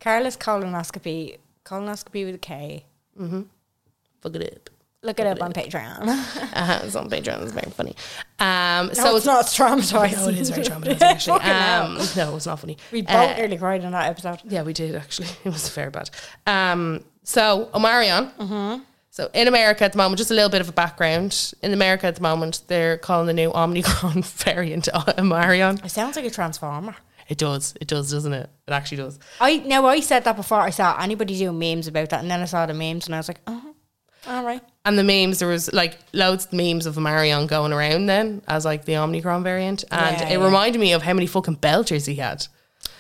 Carla's colonoscopy. Colonoscopy with a K.
Fuck it up.
Look it up on Patreon.
Uh, it's on Patreon. It's very funny. Um,
so
so
it's not traumatizing.
No, it is very traumatizing. Actually,
Fucking hell.
um, no, it's not funny.
We
Uh,
both nearly cried in that episode.
yeah, we did actually. It was very bad. Um, so Omarion. So in America at the moment, just a little bit of a background. In America at the moment, they're calling the new Omicron variant Omarion.
It sounds like a transformer.
It does. It does, doesn't it? It actually does.
I now I said that before. I saw anybody doing memes about that, and then I saw the memes, and I was like, uh-huh. all right.
and the memes there was like loads of memes of Marion going around then as like the Omicron variant, and
Yeah,
it
yeah.
reminded me of how many fucking belters he had.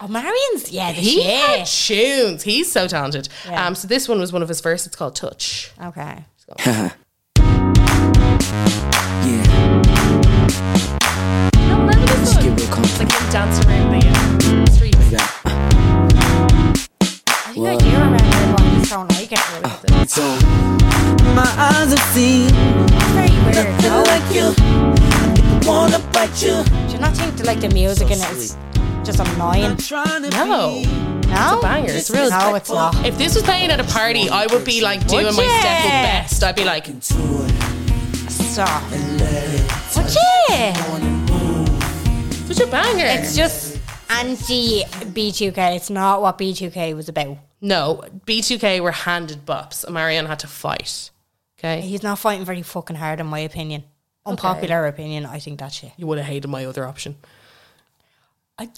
Oh, Marion's, yeah, the
He had
shit.
tunes. He's so talented. Um, so this one was one of his first. It's called Touch.
Okay.
Like him dancing around the uh, street. with it.
So my eyes have seen
Very weird.
nothing
No,
like you. Wanna bite you?
do you not think that like the music in it is just annoying?
Trying to
No. a
No,
banger. It's real-
No, it's not.
If this was playing at a party, I would be like doing my
ya?
step up best. I'd be like,
Stop. What's it?
such a banger.
It's just anti B2K. It's not what B2K was about.
no, B2K were handed bops. and Marianne had to fight. Okay.
He's not fighting very fucking hard, in my opinion. Unpopular opinion. I think that shit.
You would have hated my other option.
I,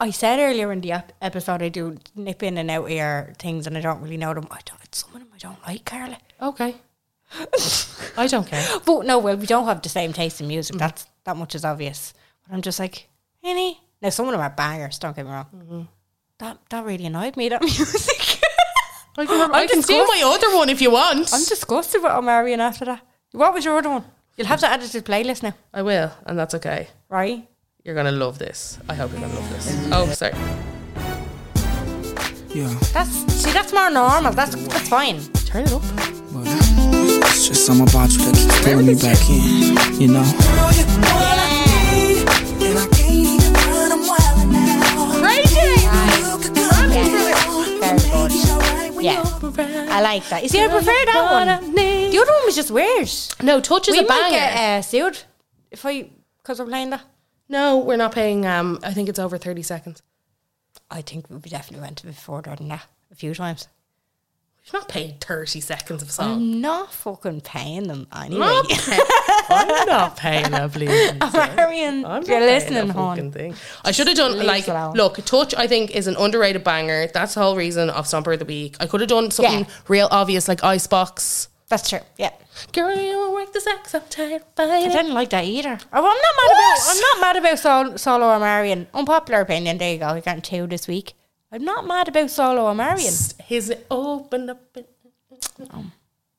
I said earlier in the ep- episode I do nip in and out here things, and I don't really know them. I don't. Some of them I don't like, Carla.
Okay. I don't care.
But no, well, we don't have the same taste in
Mm.
music. That's that much is obvious. But I'm just like, any now some of them are bangers. Don't get me wrong.
Mm-hmm.
That that really annoyed me. That music.
I can, I can do my other one if you want.
I'm disgusted with Omarion after that. What was your other one? You'll have to add it to the playlist now,
I will, and that's okay.
right?
You're gonna love this. I hope you're gonna love this. Oh, sorry.
Yeah,
That's see, that's more normal. That's that's fine.
Turn it up.
but it's just something about you that keeps pulling me back in. You know.
Very good. Yeah, I like that. You see, I prefer that one. The other one was just weird.
No, touch is
we
a
might
banger.
get uh, sued if I because I'm playing that.
no, we're not paying. Um, I think it's over thirty seconds.
I think we definitely went before than that a few times.
We've not paid thirty seconds of song.
I'm not fucking paying them anyway.
Not pay- I'm not paying a bleeding.
Marion,
I'm not
you're
paying
listening,
a fucking
hon.
thing. I should have done
leave
like
it alone.
look. Touch, I think, is an underrated banger. That's the whole reason of Stomper of the Week. I could have done something
Yeah.
real obvious like Icebox.
That's true. Yeah,
Girl, you don't work the sex. I'm tired of
I
fighting.
didn't like that either. Oh, I'm not mad about. I'm not mad about Sol- Solo or Marion. Unpopular opinion. There you go. We got two this week. I'm not mad about Solo or Marion.
His open up. and-
Oh.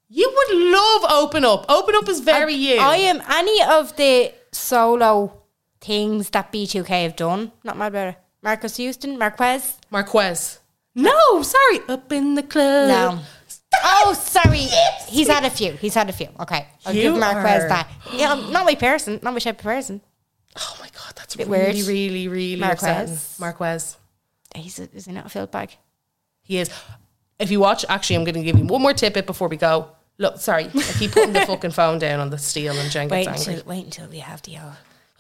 You would love open up. Open up is very you.
I am any of the solo things that B2K have done. Not mad about it. Marcus Houston, Marquez.
Marquez. No, sorry. Up in the club.
No. Oh, sorry. He's had a few. He's had a few. Okay. I'll
You
give Marquez
are-
that. Yeah, I'm not my person. Not my type of person.
Oh my god, that's
Bit
really,
weird.
really, really
Marquez.
upsetting. Marquez.
He's a, is he not a field bag?
He is. If you watch, actually, I'm going to give you one more tidbit before we go. Look, sorry, I keep putting the fucking phone down on the steel and Jen
Wait
gets
until,
angry.
wait until we have the whole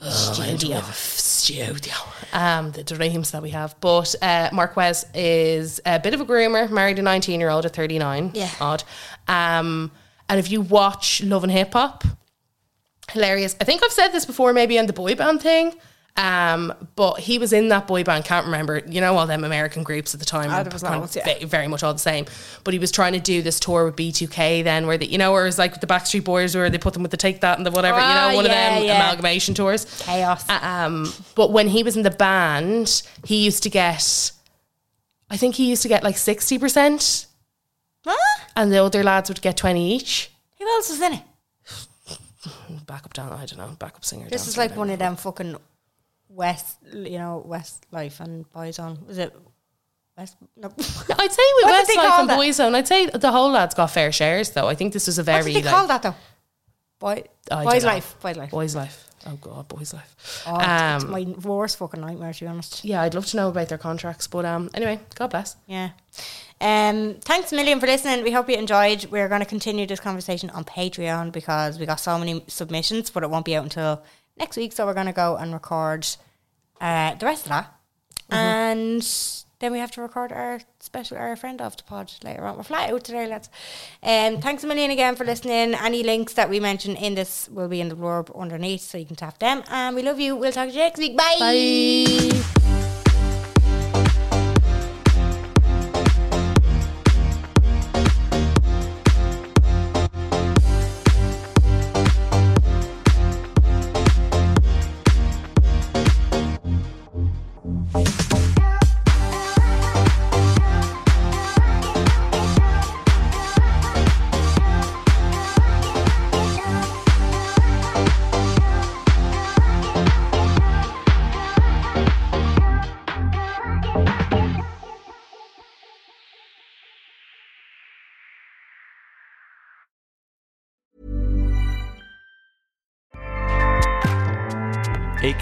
We
studio.
have a Studio, um, the dreams that we have. But uh, Marquez is a bit of a groomer, married a 19 year old at 39.
Yeah.
Odd. Um, and if you watch Love and Hip Hop, hilarious. I think I've said this before, maybe on the boy band thing. Um, but he was in that boy band. Can't remember. You know all them American groups at the time.
Ah,
were kind of ve- very much all the same. But he was trying to do this tour with B2K then, where the, you know, where it was like the Backstreet Boys, where they put them with the Take That and the whatever.
Ah,
you know, one
yeah,
of them
yeah.
amalgamation tours.
Chaos.
Um, but when he was in the band, he used to get, I think he used to get like sixty percent,
Huh?
and the other lads would get twenty each.
Who else is in it?
Backup down, I don't know, backup singer.
This is
dancer,
like one of them fucking West, you know, West Life and Boys on. Was it West? No.
whatever. I'd say with
What did they
Westlife
call
and
that?
Boyzone, I'd say the whole lads got fair shares though. I think this was a
What
very
did they
like,
call that though? Oh, Boy,
I
boys
dunno.
life, boys life.
boys life. Oh god, boys life.
Oh, it's-
um,
it's my worst fucking nightmare, to be honest.
yeah, I'd love to know about their contracts, but um, anyway, God bless.
Yeah. Um, thanks a million for listening. We hope you enjoyed. We're going to continue this conversation on Patreon because we got so many submissions, but it won't be out until next week. So we're going to go and record uh, the rest of that. And then we have to record our special, our friend of the pod later on. We're flat out today, lads. Um, thanks a million again for listening. Any links that we mention in this will be in the blurb underneath, so you can tap them. And we love you. We'll talk to you next week. Bye.
Bye.